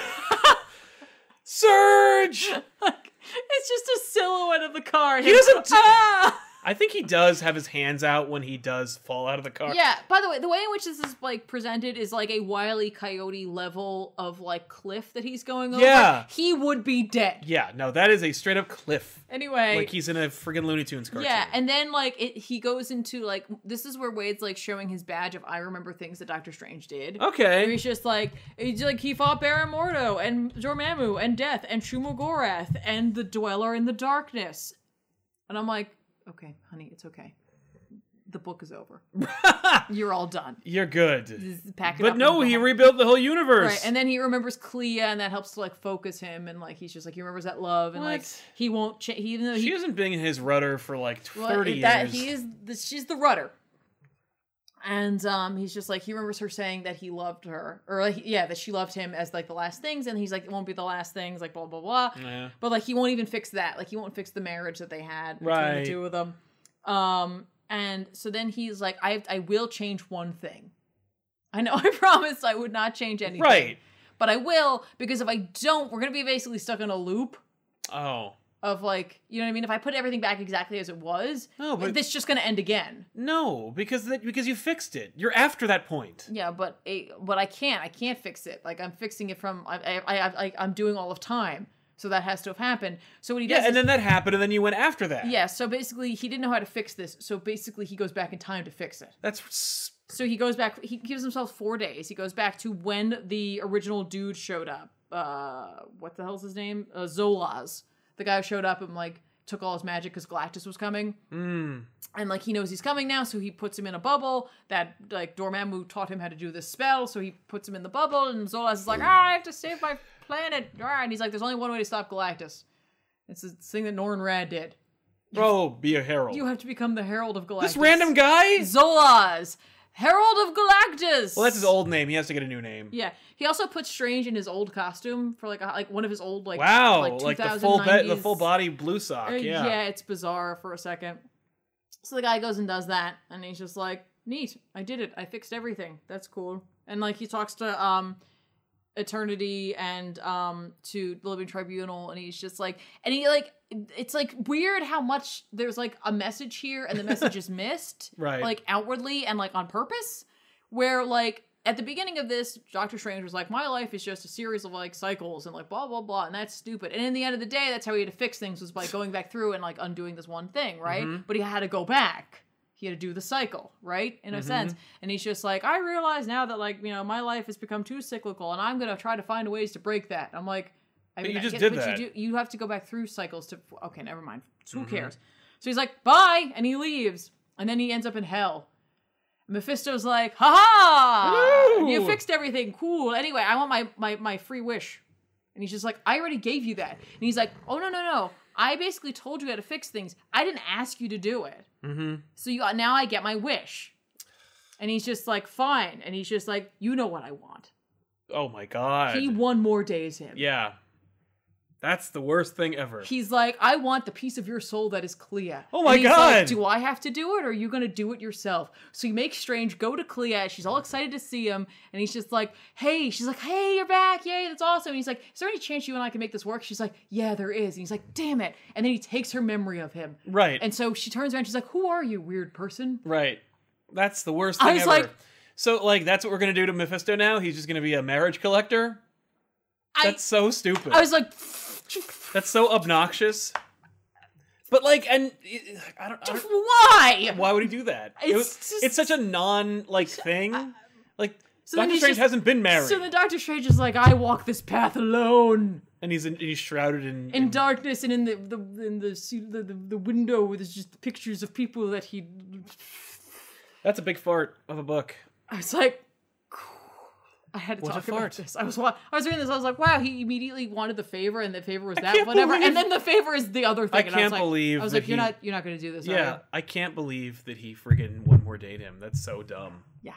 Speaker 1: Surge.
Speaker 2: like, it's just a silhouette of the car.
Speaker 1: He doesn't. do-
Speaker 2: Ah!
Speaker 1: I think he does have his hands out when he does fall out of the car.
Speaker 2: Yeah. By the way, the way in which this is like presented is like a wily coyote level of like cliff that he's going over.
Speaker 1: Yeah.
Speaker 2: He would be dead.
Speaker 1: Yeah. No, that is a straight up cliff.
Speaker 2: Anyway.
Speaker 1: Like he's in a friggin' Looney Tunes cartoon.
Speaker 2: yeah, and then like it, he goes into like this is where Wade's like showing his badge of I remember things that Doctor Strange did.
Speaker 1: Oh.
Speaker 2: Where
Speaker 1: okay.
Speaker 2: he's just like he's like he fought Baron Mordo and Dormammu and Death and Shumogorath and the Dweller in the Darkness, and I'm like, okay, honey, it's okay. The book is over. You're all done.
Speaker 1: You're good.
Speaker 2: Just Pack it up
Speaker 1: But
Speaker 2: and
Speaker 1: no,
Speaker 2: go
Speaker 1: he
Speaker 2: home.
Speaker 1: rebuilt the whole universe.
Speaker 2: Right, and then he remembers Clea, and that helps to like focus him, and like he's just like he remembers that love, and like
Speaker 1: What?
Speaker 2: he won't change. Even though
Speaker 1: she
Speaker 2: he,
Speaker 1: hasn't been in his rudder for like
Speaker 2: well,
Speaker 1: thirty
Speaker 2: that
Speaker 1: years.
Speaker 2: he is, the, she's the rudder, and um, he's just like he remembers her saying that he loved her, or like, yeah, that she loved him as like the last things, and he's like it won't be the last things, like blah blah blah.
Speaker 1: yeah.
Speaker 2: But like he won't even fix that. Like he won't fix the marriage that they had between
Speaker 1: Right.
Speaker 2: the two of them. Um, and so then he's like, I I will change one thing. I know I promised I would not change anything
Speaker 1: Right.
Speaker 2: but I will because if I don't, we're gonna be basically stuck in a loop
Speaker 1: Oh.
Speaker 2: of like, you know what I mean? If I put everything back exactly as it was,
Speaker 1: No, but-
Speaker 2: it's just gonna end again.
Speaker 1: No, because that because you fixed it. You're after that point.
Speaker 2: Yeah, but it, but I can't. I can't fix it. Like I'm fixing it from I I, I, I I'm doing all of time, so that has to have happened. So what he does,
Speaker 1: Yeah,
Speaker 2: is-
Speaker 1: and then that happened, and then you went after that.
Speaker 2: yeah. So basically, he didn't know how to fix this. So basically, he goes back in time to fix it.
Speaker 1: That's s-
Speaker 2: So he goes back. He gives himself four days. He goes back to when the original dude showed up. Uh, what the hell's his name? Uh, Zolaz, the guy who showed up and like took all his magic because Galactus was coming,
Speaker 1: mm,
Speaker 2: and like he knows he's coming now, so he puts him in a bubble. That like Dormammu taught him how to do this spell, so he puts him in the bubble, and Zolaz is like, "Ah, I have to save my planet," Ah, and he's like, "There's only one way to stop Galactus. It's this thing that Norn Rad did.
Speaker 1: bro, be a herald.
Speaker 2: You have to become the Herald of Galactus."
Speaker 1: this random guy.
Speaker 2: Zolaz, Herald of Galactus.
Speaker 1: Well, that's his old name. He has to get a new name.
Speaker 2: Yeah, he also puts Strange in his old costume for like a, like one of his old like
Speaker 1: Wow,
Speaker 2: like,
Speaker 1: like, the full be- the
Speaker 2: 2090s
Speaker 1: full body blue sock.
Speaker 2: Uh,
Speaker 1: Yeah.
Speaker 2: it's bizarre for a second. So the guy goes and does that, and he's just like, "Neat, I did it. I fixed everything. That's cool." And like he talks to um Eternity and um to the Living Tribunal, and he's just like, and he like it's like weird how much there's like a message here, and the message is missed,
Speaker 1: Right.
Speaker 2: Like outwardly and like on purpose, where like. At the beginning of this, Doctor Strange was like, "My life is just a series of like cycles and like blah blah blah," and that's stupid. And in the end of the day, that's how he had to fix things was by going back through and like undoing this one thing, right?
Speaker 1: Mhm.
Speaker 2: But he had to go back. He had to do the cycle, right? In a
Speaker 1: Mhm.
Speaker 2: sense. And he's just like, I realize now that like you know my life has become too cyclical, and I'm gonna try to find ways to break that. I'm like, I
Speaker 1: But you
Speaker 2: I
Speaker 1: just
Speaker 2: get-
Speaker 1: did
Speaker 2: but
Speaker 1: that.
Speaker 2: You, do, you have to go back through cycles to. Okay, never mind. Who
Speaker 1: Mhm.
Speaker 2: cares? So he's like, bye, and he leaves, and then he ends up in hell. Mephisto's like, ha ha! You
Speaker 1: Woo!
Speaker 2: fixed everything. Cool. Anyway, I want my, my, my free wish. And he's just like, I already gave you that. And he's like, oh, no, no, no. I basically told you how to fix things. I didn't ask you to do it.
Speaker 1: Mm-hmm.
Speaker 2: So you now I get my wish. And he's just like, fine. And he's just like, you know what I want.
Speaker 1: Oh my god.
Speaker 2: He one more day is him.
Speaker 1: yeah. That's the worst thing ever.
Speaker 2: He's like, I want the piece of your soul that is Clea.
Speaker 1: Oh my
Speaker 2: And he's like,
Speaker 1: God.
Speaker 2: Do I have to do it, or are you gonna do it yourself? So you make Strange go to Clea. She's all excited to see him, and he's just like, Hey, she's like, Hey, you're back! Yay, that's awesome! And he's like, Is there any chance you and I can make this work? She's like, Yeah, there is. And he's like, Damn it! And then he takes her memory of him,
Speaker 1: right.
Speaker 2: and so she turns around. She's like, Who are you, weird person?
Speaker 1: right. That's the worst
Speaker 2: I
Speaker 1: thing
Speaker 2: was
Speaker 1: ever.
Speaker 2: like-
Speaker 1: so like that's what we're gonna do to Mephisto now. He's just gonna be a marriage collector. That's so stupid.
Speaker 2: I, I was like,
Speaker 1: that's so obnoxious. But like, and I don't. I don't
Speaker 2: Why?
Speaker 1: why would he do that? It
Speaker 2: It's
Speaker 1: was-
Speaker 2: just-
Speaker 1: it's such a non like thing. Like
Speaker 2: So then
Speaker 1: Doctor
Speaker 2: he's
Speaker 1: Strange
Speaker 2: just-
Speaker 1: hasn't been married,
Speaker 2: So then Doctor Strange is like, I walk this path alone.
Speaker 1: and he's in, he's shrouded in,
Speaker 2: in darkness and in the the in the su- the, the, the window where there's just pictures of people that he
Speaker 1: That's a big fart of a book.
Speaker 2: I was like I had to
Speaker 1: What a
Speaker 2: talk about
Speaker 1: fart.
Speaker 2: this. I was wa- I was reading this. I was like, "Wow!" He immediately wanted the favor, and the favor was that
Speaker 1: can't
Speaker 2: whatever,
Speaker 1: believe-
Speaker 2: and then the favor is the other thing. and I was
Speaker 1: can't
Speaker 2: like,
Speaker 1: believe
Speaker 2: I was
Speaker 1: that
Speaker 2: like, "You're
Speaker 1: he-
Speaker 2: not, you're not going to do this." are
Speaker 1: Yeah,
Speaker 2: you?"
Speaker 1: I can't believe that he friggin' one more date him. That's so dumb.
Speaker 2: yeah.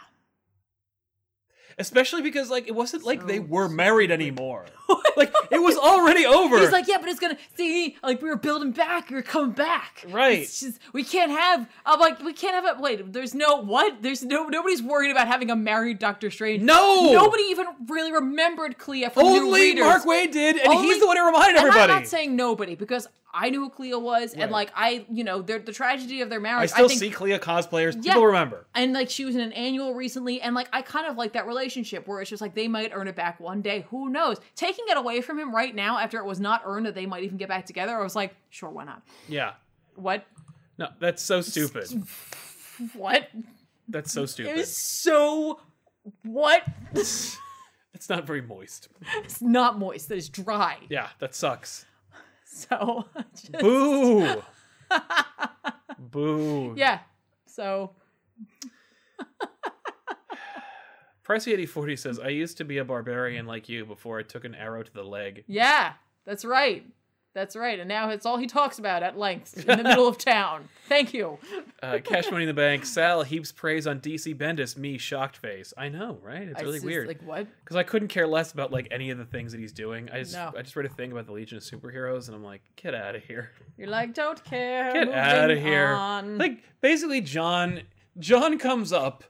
Speaker 1: Especially because like it wasn't like they
Speaker 2: So
Speaker 1: were married anymore.
Speaker 2: What?
Speaker 1: like it was already over.
Speaker 2: He's like, yeah, but it's gonna see, like we were building back, we were coming back.
Speaker 1: Right.
Speaker 2: It's just we can't have. I'm like, we can't have it. Wait, there's no what? There's no nobody's worried about having a married Doctor Strange.
Speaker 1: No!
Speaker 2: Nobody even really remembered Clea from new
Speaker 1: only
Speaker 2: readers.
Speaker 1: Mark Wade did, and
Speaker 2: Only-
Speaker 1: he's the one who reminded
Speaker 2: and
Speaker 1: everybody.
Speaker 2: I'm not saying nobody because I knew who Clea was, and like I, you know, the the tragedy of their marriage.
Speaker 1: I still
Speaker 2: think,
Speaker 1: see Clea cosplayers.
Speaker 2: Yeah.
Speaker 1: People remember.
Speaker 2: and like she was in an annual recently and like i kind of like that relationship where it's just like they might earn it back one day who knows taking it away from him right now after it was not earned that they might even get back together i was like sure why not
Speaker 1: Yeah.
Speaker 2: what
Speaker 1: No, that's so stupid.
Speaker 2: what
Speaker 1: That's so
Speaker 2: it
Speaker 1: stupid.
Speaker 2: was so what it's
Speaker 1: It's not very moist.
Speaker 2: not moist that is dry
Speaker 1: Yeah, that sucks.
Speaker 2: so just-
Speaker 1: Boo. Boo.
Speaker 2: yeah so
Speaker 1: Pricey eighty forty says, "I used to be a barbarian like you before I took an arrow to the leg."
Speaker 2: yeah that's right that's right and now it's all he talks about at length in the middle of town thank you
Speaker 1: Uh, cash money in the bank. Sal heaps praise on DC Bendis. Me shocked face. I know, right? It's really
Speaker 2: just
Speaker 1: weird.
Speaker 2: like what
Speaker 1: because I couldn't care less about like any of the things that he's doing. I just
Speaker 2: No.
Speaker 1: I just read a thing about the Legion of Superheroes, and I'm like, get out of here,
Speaker 2: You're like, don't care.
Speaker 1: get out of
Speaker 2: moving
Speaker 1: here.
Speaker 2: on.
Speaker 1: Like basically, John John comes up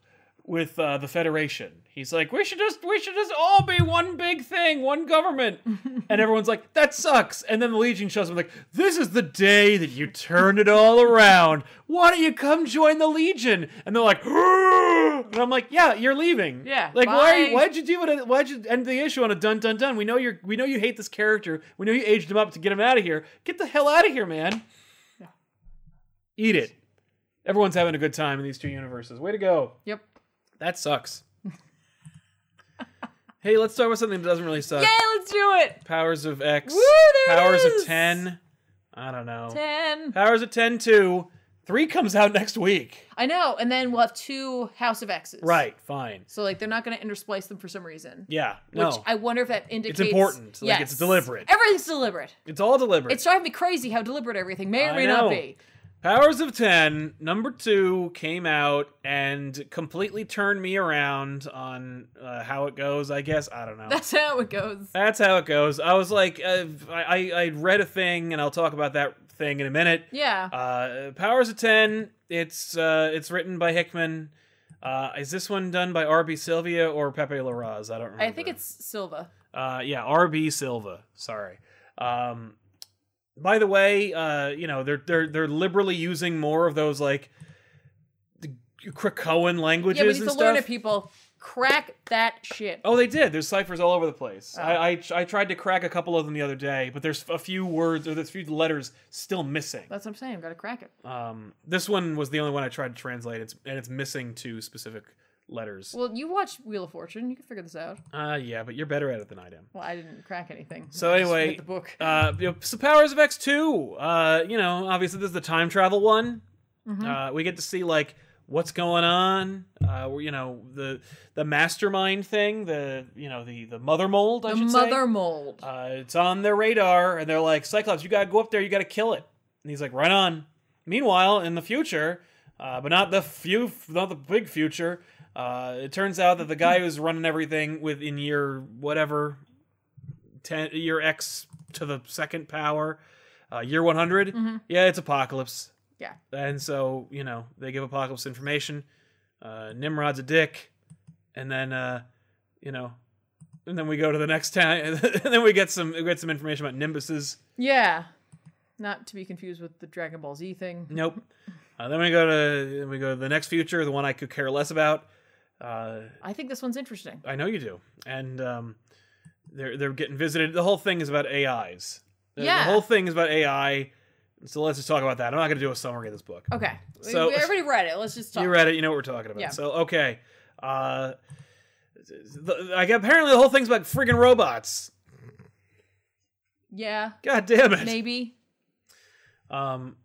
Speaker 1: with uh, the Federation. He's like, we should just we should just all be one big thing, one government, and everyone's like, that sucks. And then the Legion shows up like, this is the day that you turn it all around. Why don't you come join the Legion? And they're like. And I'm like, yeah, you're leaving.
Speaker 2: Yeah,
Speaker 1: Like, why? Are
Speaker 2: bye.
Speaker 1: you, why Why'd you do it? Why'd you end the issue on a dun dun dun? We know you're. We know you hate this character. We know you aged him up to get him out of here. Get the hell out of here, man.
Speaker 2: Yeah.
Speaker 1: Eat it. Everyone's having a good time in these two universes. Way to go.
Speaker 2: yep.
Speaker 1: That sucks. hey, let's talk about something that doesn't really suck.
Speaker 2: Yay, let's do it.
Speaker 1: Powers of X.
Speaker 2: Woo, there it
Speaker 1: Powers
Speaker 2: is.
Speaker 1: of ten. I don't know.
Speaker 2: Ten.
Speaker 1: Powers of ten two. Three comes out next week.
Speaker 2: I know. And then we'll have two House of X's.
Speaker 1: Right. Fine.
Speaker 2: So like, they're not going to intersplice them for some reason.
Speaker 1: Yeah.
Speaker 2: Which
Speaker 1: no.
Speaker 2: I wonder if that indicates
Speaker 1: important. Like, it's deliberate.
Speaker 2: Everything's deliberate.
Speaker 1: it's all deliberate.
Speaker 2: It's driving me crazy how deliberate everything may or
Speaker 1: I
Speaker 2: may
Speaker 1: know.
Speaker 2: not be.
Speaker 1: Powers of 10, number two, came out and completely turned me around on uh, how it goes, I guess. I don't know.
Speaker 2: That's how it goes.
Speaker 1: That's how it goes. I was like, uh, I, I, I read a thing, and I'll talk about that thing in a minute.
Speaker 2: Yeah.
Speaker 1: Uh, Powers of 10, it's, uh, it's written by Hickman. Uh, is this one done by R.B. Sylvia or Pepe Larraz? I don't remember.
Speaker 2: I think it's Silva.
Speaker 1: Uh, yeah, RB Silva. Sorry. Um, by the way, uh, you know they're they're they're liberally using more of those like the Krakoan languages
Speaker 2: Yeah, we need
Speaker 1: and
Speaker 2: to
Speaker 1: stuff.
Speaker 2: learn it, people. Crack that shit.
Speaker 1: Oh, they did. There's ciphers all over the
Speaker 2: Oh.
Speaker 1: place. I, I I tried to crack a couple of them the other day, but there's a few words or there's a few letters still missing.
Speaker 2: That's what I'm saying. Got to crack it.
Speaker 1: Um, this one was the only one I tried to translate. It's and it's missing two specific letters.
Speaker 2: Well, you watch Wheel of Fortune. You can figure this out.
Speaker 1: Uh, yeah, but you're better at it than I am.
Speaker 2: Well, I didn't crack anything.
Speaker 1: So
Speaker 2: I just
Speaker 1: anyway,
Speaker 2: read the book.
Speaker 1: Uh, you know, so Powers of X two. Uh, you know, obviously this is the time travel one.
Speaker 2: Mm-hmm.
Speaker 1: Uh, we get to see like what's going on. Uh, we- you know the the mastermind thing. The you know the the mother mold. I
Speaker 2: the
Speaker 1: should
Speaker 2: mother
Speaker 1: say.
Speaker 2: mold.
Speaker 1: Uh, it's on their radar, and they're like, Cyclops, you gotta go up there. You gotta kill it. And he's like, right on. Meanwhile, in the future, uh, but not the few, not the big future. Uh, it turns out that the guy who's running everything within year whatever ten, year X to the second power, uh, year 100. Yeah, it's Apocalypse.
Speaker 2: Yeah.
Speaker 1: And so, you know, they give Apocalypse information. Uh, Nimrod's a dick. And then, uh, you know, and then we go to the next town. And then we get some we get some information about Nimbuses.
Speaker 2: yeah. Not to be confused with the Dragon Ball Z thing.
Speaker 1: Nope. Uh, then we go to then we go to the next future, the one I could care less about. Uh,
Speaker 2: I think this one's interesting.
Speaker 1: I know you do. And um, they're they're getting visited. The whole thing is about AIs. The, the
Speaker 2: Yeah.
Speaker 1: whole thing is about AI. So let's just talk about that. I'm not going to do a summary of this book.
Speaker 2: Okay. We-
Speaker 1: So-
Speaker 2: we already read it. Let's just talk.
Speaker 1: You read it. You know what we're talking about.
Speaker 2: Oh, Yeah.
Speaker 1: So okay, uh, the, like apparently the whole thing's about friggin' robots.
Speaker 2: Yeah.
Speaker 1: God damn it.
Speaker 2: Maybe.
Speaker 1: Um,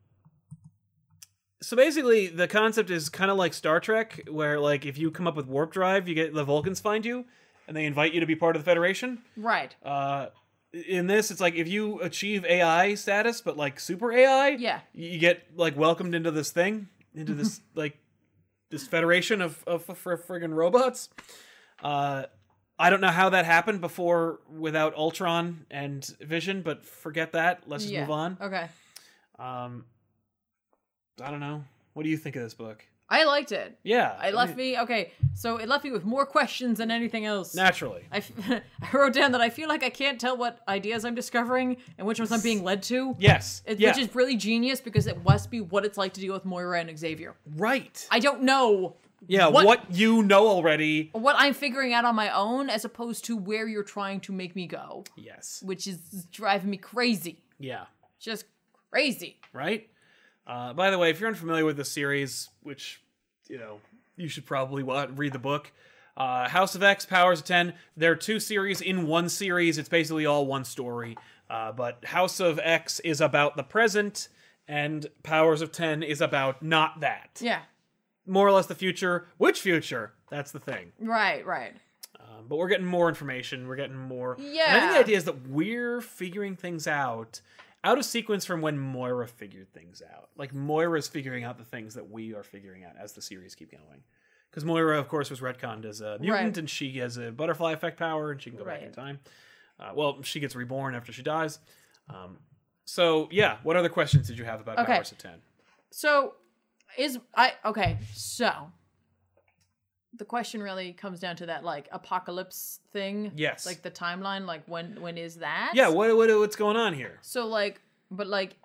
Speaker 1: so basically, the concept is kind of like Star Trek, where like if you come up with warp drive, you get the Vulcans find you, and they invite you to be part of the Federation.
Speaker 2: Right.
Speaker 1: Uh, in this, it's like if you achieve AI status, but like super AI,
Speaker 2: Yeah.
Speaker 1: you get like welcomed into this thing, into this like this federation of of, of, friggin' robots. Uh, I don't know how that happened before without Ultron and Vision, but forget that. Let's just
Speaker 2: Yeah.
Speaker 1: move on.
Speaker 2: Okay.
Speaker 1: Um, I don't know. What do you think of this book?
Speaker 2: I liked it.
Speaker 1: Yeah,
Speaker 2: It left
Speaker 1: mean,
Speaker 2: me okay. So it left me with more questions than anything else.
Speaker 1: naturally.
Speaker 2: I, f- I wrote down that I feel like I can't tell what ideas I'm discovering and which ones I'm being led to.
Speaker 1: Yes,
Speaker 2: It,
Speaker 1: yeah,
Speaker 2: Which is really genius because it must be what it's like to deal with Moira and Xavier.
Speaker 1: right.
Speaker 2: I don't know
Speaker 1: yeah,
Speaker 2: what-
Speaker 1: what, you know already.
Speaker 2: what I'm figuring out on my own as opposed to where you're trying to make me go,
Speaker 1: Yes.
Speaker 2: which is driving me crazy.
Speaker 1: Yeah.
Speaker 2: Just crazy.
Speaker 1: right? Uh, by the way, if you're unfamiliar with the series, which you know you should probably wa- read the book, uh, House of X, Powers of Ten. There are two series in one series. It's basically all one story. Uh, but House of X is about the present, and Powers of Ten is about not that.
Speaker 2: Yeah.
Speaker 1: More or less the future. Which future? That's the thing.
Speaker 2: Right, right.
Speaker 1: Um, but we're getting more information. We're getting more. and I think
Speaker 2: Yeah.
Speaker 1: the idea is that we're figuring things out out of sequence from when Moira figured things out. Like Moira's figuring out the things that we are figuring out as the series keep going. Because Moira, of course, was retconned as a mutant,
Speaker 2: Right.
Speaker 1: and she has a butterfly effect power, and she can go back in
Speaker 2: Right.
Speaker 1: time. Uh, well, she gets reborn after she dies. Um, so, yeah. What other questions did you have about
Speaker 2: Okay.
Speaker 1: Powers of Ten?
Speaker 2: So is I okay, so the question really comes down to that like apocalypse thing.
Speaker 1: Yes.
Speaker 2: Like the timeline, like when when is that?
Speaker 1: Yeah. What, what what's going on here?
Speaker 2: So like, but like,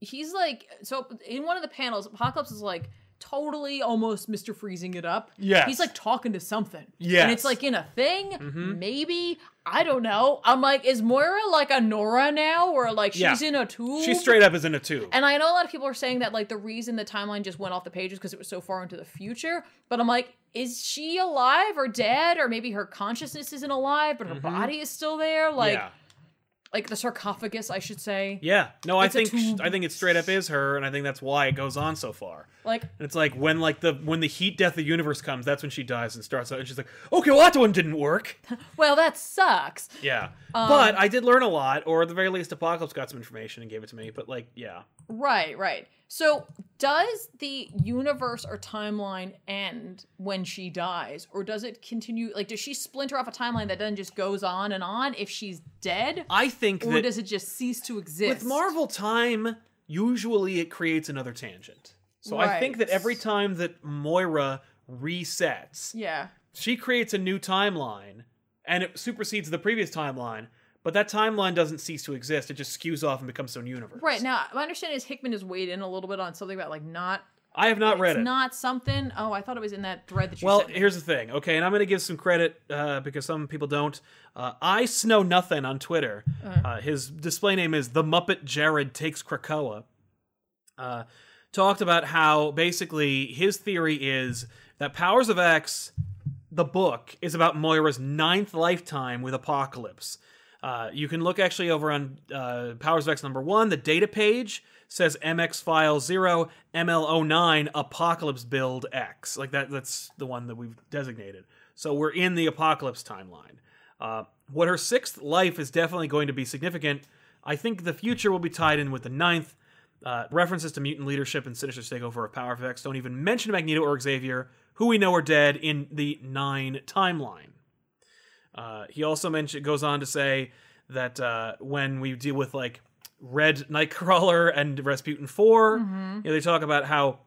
Speaker 2: he's like, so in one of the panels, Apocalypse is like totally almost Mister Freezing it up.
Speaker 1: Yes.
Speaker 2: he's like talking to something. and
Speaker 1: Yes. Mm-hmm.
Speaker 2: it's like in a thing. Maybe I don't know. I'm like, is Moira like a Nora now, or like
Speaker 1: Yeah.
Speaker 2: she's in a tube?
Speaker 1: She straight up is in a tube.
Speaker 2: And I know a lot of people are saying that like the reason the timeline just went off the pages because it was so far into the future. But I'm like, is she alive or dead, or maybe her consciousness isn't alive, but her body is still there? Like,
Speaker 1: Mm-hmm. yeah.
Speaker 2: like the sarcophagus, I should say.
Speaker 1: Yeah. No, I
Speaker 2: It's a
Speaker 1: think
Speaker 2: tube.
Speaker 1: I think it straight up is her, and I think that's why it goes on so far.
Speaker 2: Like,
Speaker 1: And it's like when like the when the heat death of the universe comes, that's when she dies and starts out, and she's like, okay, well that one didn't work.
Speaker 2: Well, that sucks.
Speaker 1: Yeah.
Speaker 2: Um,
Speaker 1: but I did learn a lot, or at the very least, Apocalypse got some information and gave it to me. But like, yeah,
Speaker 2: Right, right. So, does the universe or timeline end when she dies, or does it continue? Like, does she splinter off a timeline that then just goes on and on if she's dead,
Speaker 1: I think
Speaker 2: or
Speaker 1: that
Speaker 2: does it just cease to exist?
Speaker 1: with Marvel time, usually it creates another tangent. So I think
Speaker 2: Right.
Speaker 1: that every time that Moira resets,
Speaker 2: yeah,
Speaker 1: she creates a new timeline and it supersedes the previous timeline but that timeline doesn't cease to exist it just skews off and becomes its own universe
Speaker 2: right. Now, my understanding is Hickman has weighed in a little bit on something about like not
Speaker 1: i have not read
Speaker 2: it's
Speaker 1: it
Speaker 2: not something. Oh, I thought it was in that thread that you
Speaker 1: well
Speaker 2: sent me.
Speaker 1: here's the thing okay and i'm going to give some credit uh, because some people don't uh, i snow nothing on twitter
Speaker 2: Uh-huh.
Speaker 1: uh, his display name is the muppet jared takes krakoa uh, talked about how basically his theory is that powers of x the book is about Moira's ninth lifetime with Apocalypse. Uh, you can look actually over on uh, Powers of X number one. The data page says MX file zero ML09 Apocalypse build X. Like that, that's the one that we've designated. So we're in the Apocalypse timeline. Uh, what her sixth life is definitely going to be significant. I think the future will be tied in with the ninth. Uh, references to mutant leadership and sinister takeover of Power of X don't even mention Magneto or Xavier, who we know are dead in the Nine timeline. Uh, he also mentioned goes on to say that uh, when we deal with like Red Nightcrawler and Rasputin 4
Speaker 2: Mm-hmm.
Speaker 1: you know, they talk about how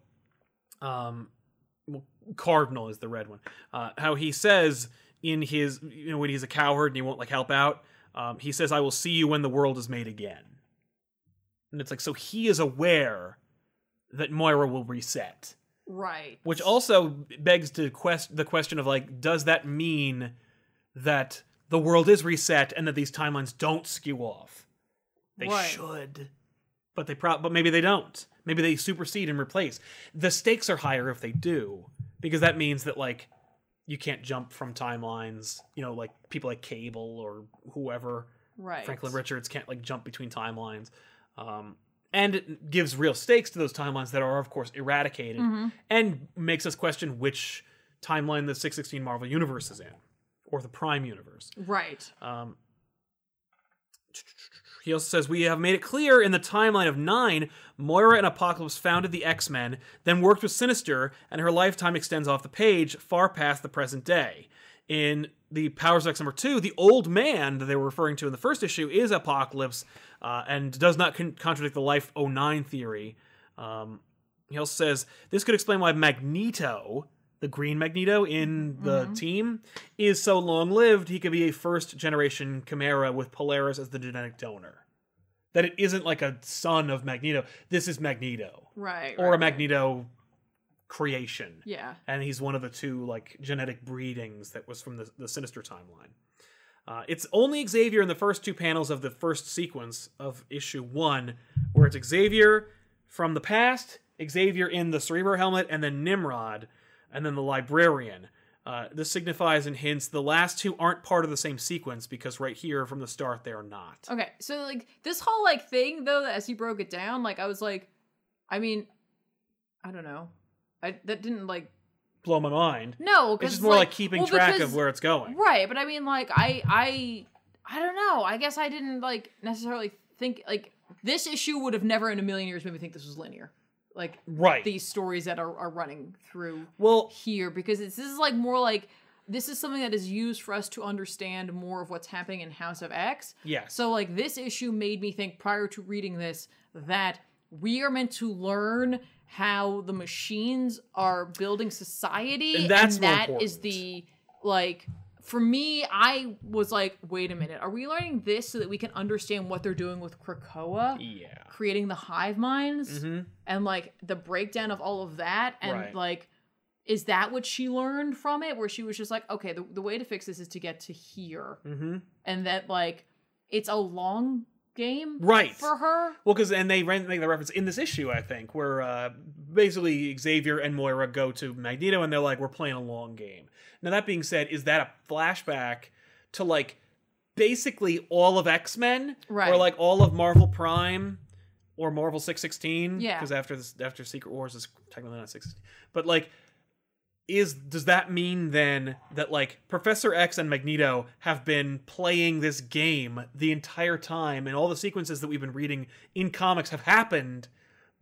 Speaker 1: um, well, Cardinal is the red one. Uh, how he says in his you know when he's a coward and he won't like help out, um, he says, "I will see you when the world is made again." And it's like so he is aware that Moira will reset,
Speaker 2: right.
Speaker 1: which also begs to quest the question of like, does that mean that the world is reset and that these timelines don't skew off? They
Speaker 2: Right.
Speaker 1: should, but they prob but maybe they don't. Maybe they supersede and replace. The stakes are higher if they do, because that means that like you can't jump from timelines. You know, like people like Cable or whoever.
Speaker 2: right.
Speaker 1: Franklin Richards can't like jump between timelines. Um, and it gives real stakes to those timelines that are, of course, eradicated and makes us question which timeline the 616 Marvel Universe is in or the Prime Universe.
Speaker 2: Right.
Speaker 1: Um, he also says we have made it clear in the timeline of nine, Moira and Apocalypse founded the X Men, then worked with Sinister, and her lifetime extends off the page, far past the present day. in the Power Sex number two, the old man that they were referring to in the first issue is Apocalypse uh, and does not con- contradict the Life 09 theory. Um, he also says this could explain why Magneto, the green Magneto in the
Speaker 2: Mm-hmm.
Speaker 1: team, is so long lived. He could be a first generation Chimera with Polaris as the genetic donor. That it isn't like a son of Magneto. This is Magneto
Speaker 2: Right.
Speaker 1: or
Speaker 2: right,
Speaker 1: a Magneto creation
Speaker 2: Yeah.
Speaker 1: and he's one of the two like genetic breedings that was from the, the sinister timeline uh, it's only xavier in the first two panels of the first sequence of issue one where it's xavier from the past xavier in the cerebro helmet and then nimrod and then the librarian uh, this signifies and hints the last two aren't part of the same sequence because right here from the start they are not
Speaker 2: Okay, so like this whole like thing though, as you broke it down, like I was like, I mean, I don't know, I that didn't like
Speaker 1: blow my mind
Speaker 2: no,
Speaker 1: it's
Speaker 2: because
Speaker 1: just more like, keeping
Speaker 2: well,
Speaker 1: track
Speaker 2: because-
Speaker 1: of where it's going
Speaker 2: right, but I mean like I I I don't know. I guess I didn't like necessarily think like this issue would have never in a million years made me think this was linear, like
Speaker 1: right
Speaker 2: these stories that are are running through
Speaker 1: well
Speaker 2: here because it's, this is like more like this is something that is used for us to understand more of what's happening in House of X.
Speaker 1: yes
Speaker 2: So like this issue made me think prior to reading this that we are meant to learn how the machines are building society
Speaker 1: And that's more
Speaker 2: that is
Speaker 1: important.
Speaker 2: the like for me I was like wait a minute are we learning this so that we can understand what they're doing with Krakoa
Speaker 1: yeah
Speaker 2: creating the hive minds
Speaker 1: hmm
Speaker 2: and like the breakdown of all of that and
Speaker 1: Right.
Speaker 2: like is that what she learned from it where she was just like okay the, the way to fix this is to get to here
Speaker 1: hmm
Speaker 2: and that like it's a long game
Speaker 1: right
Speaker 2: for her.
Speaker 1: Well, because and they ran, make the reference in this issue, I think, where uh, basically Xavier and Moira go to Magneto and they're like, "We're playing a long game." Now, that being said, is that a flashback to like basically all of X Men,
Speaker 2: Right.
Speaker 1: Or like all of Marvel Prime or Marvel Six Sixteen?
Speaker 2: Yeah.
Speaker 1: Because after this, after Secret Wars is technically not six, but like. Is does that mean then that like Professor X and Magneto have been playing this game the entire time, and all the sequences that we've been reading in comics have happened,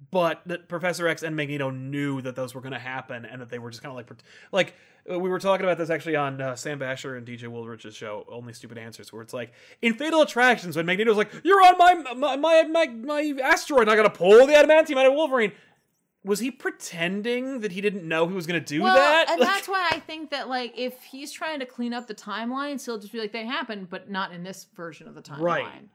Speaker 1: but that Professor X and Magneto knew that those were going to happen and that they were just kind of like, pret- like uh, we were talking about this actually on uh, Sam Basher and DJ Woolrich's show, Only Stupid Answers, where it's like in Fatal Attractions when Magneto's like, "You're on my my my my, my asteroid, and I got to pull the adamantium out of Wolverine." Was he pretending that he didn't know he was going to do
Speaker 2: Well,
Speaker 1: that?
Speaker 2: and
Speaker 1: Like-
Speaker 2: that's why I think that like if he's trying to clean up the timeline, so he'll just be like they happened, but not in this version of the timeline.
Speaker 1: Right.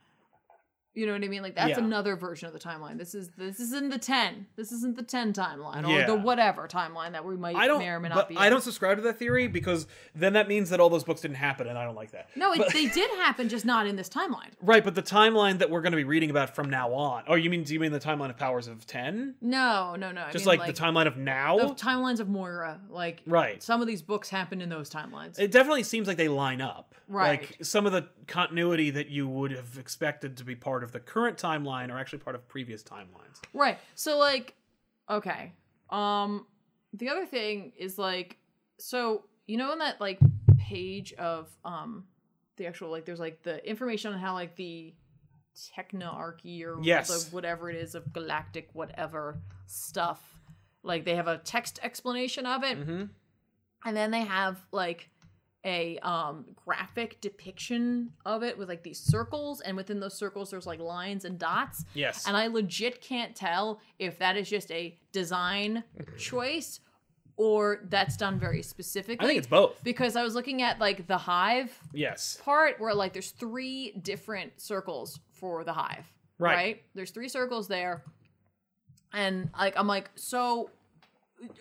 Speaker 2: You know what I mean? Like that's
Speaker 1: Yeah.
Speaker 2: another version of the timeline. This is this isn't the ten. This isn't the ten timeline or
Speaker 1: Yeah.
Speaker 2: the whatever timeline that we might
Speaker 1: I don't.
Speaker 2: may or may
Speaker 1: but
Speaker 2: not be.
Speaker 1: I
Speaker 2: in.
Speaker 1: don't subscribe to that theory because then that means that all those books didn't happen, and I don't like that.
Speaker 2: No, it,
Speaker 1: But-
Speaker 2: they did happen, just not in this timeline.
Speaker 1: Right, but the timeline that we're going to be reading about from now on. Oh, you mean do you mean the timeline of Powers of Ten?
Speaker 2: No, no, no. I
Speaker 1: Just
Speaker 2: mean,
Speaker 1: like, the timeline of now?
Speaker 2: the timelines of Moira. Like
Speaker 1: right.
Speaker 2: some of these books happened in those timelines.
Speaker 1: It definitely seems like they line up.
Speaker 2: Right.
Speaker 1: Like some of the continuity that you would have expected to be part of the current timeline are actually part of previous timelines.
Speaker 2: Right. So like okay. Um the other thing is like so you know in that like page of um the actual like there's like the information on how like the technarchy or
Speaker 1: Yes.
Speaker 2: the whatever it is of galactic whatever stuff like they have a text explanation of it
Speaker 1: Mm-hmm.
Speaker 2: and then they have like a um graphic depiction of it with like these circles and within those circles there's like lines and dots
Speaker 1: Yes.
Speaker 2: and I legit can't tell if that is just a design choice or that's done very specifically.
Speaker 1: I think it's both.
Speaker 2: because I was looking at like the hive
Speaker 1: Yes.
Speaker 2: part where like there's three different circles for the hive.
Speaker 1: Right.
Speaker 2: There's three circles there. And like I'm like, so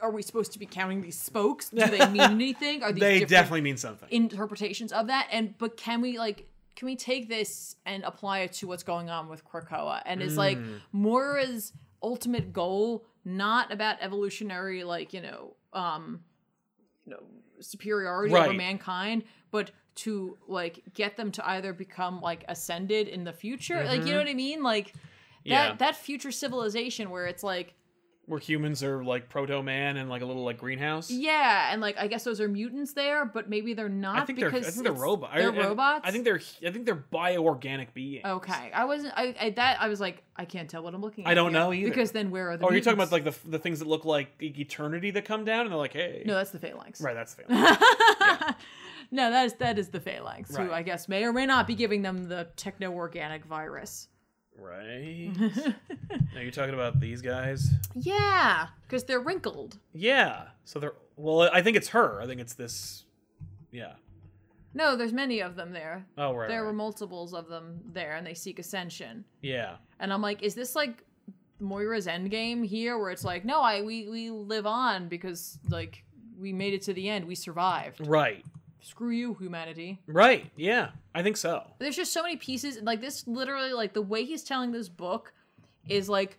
Speaker 2: are we supposed to be counting these spokes? Do they mean anything? Are these
Speaker 1: They
Speaker 2: different
Speaker 1: definitely mean something.
Speaker 2: interpretations of that and but can we like can we take this and apply it to what's going on with Krakoa and is like
Speaker 1: Mm.
Speaker 2: Moira's ultimate goal not about evolutionary like you know um you know superiority over
Speaker 1: Right.
Speaker 2: mankind but to like get them to either become like ascended in the future like you know what I mean like that
Speaker 1: Mm-hmm. Yeah.
Speaker 2: that future civilization where it's like
Speaker 1: Where humans are like proto man and like a little like greenhouse.
Speaker 2: yeah and like I guess those are mutants there but maybe they're not
Speaker 1: I think they're
Speaker 2: because
Speaker 1: I think they're
Speaker 2: it's-
Speaker 1: robots.
Speaker 2: they're robots
Speaker 1: I think they're I think they're bioorganic beings.
Speaker 2: Okay, I wasn't. I, I that I was like, I can't tell what I'm looking at.
Speaker 1: I don't
Speaker 2: here.
Speaker 1: know either.
Speaker 2: Because then where are the?
Speaker 1: Oh, you're talking about
Speaker 2: mutants?
Speaker 1: like e-, the the things that look like eternity that come down and they're like, hey.
Speaker 2: No, that's the phalanx.
Speaker 1: Right, that's the family.
Speaker 2: Right. No, that is that is the Phalanx,
Speaker 1: Right.
Speaker 2: who I guess may or may not be giving them the techno organic virus.
Speaker 1: Right. now you're talking about these guys.
Speaker 2: Yeah, because they're wrinkled.
Speaker 1: Yeah. So they're well. I think it's her. I think it's this. Yeah.
Speaker 2: No, there's many of them there.
Speaker 1: Oh right.
Speaker 2: There
Speaker 1: right.
Speaker 2: were multiples of them there, and they seek ascension.
Speaker 1: yeah.
Speaker 2: And I'm like, is this like Moira's endgame here, where it's like, no, I we we live on because like we made it to the end, we survived.
Speaker 1: Right.
Speaker 2: Screw you, humanity.
Speaker 1: Right. Yeah. I think so.
Speaker 2: there's just so many pieces and, like this literally like the way he's telling this book is like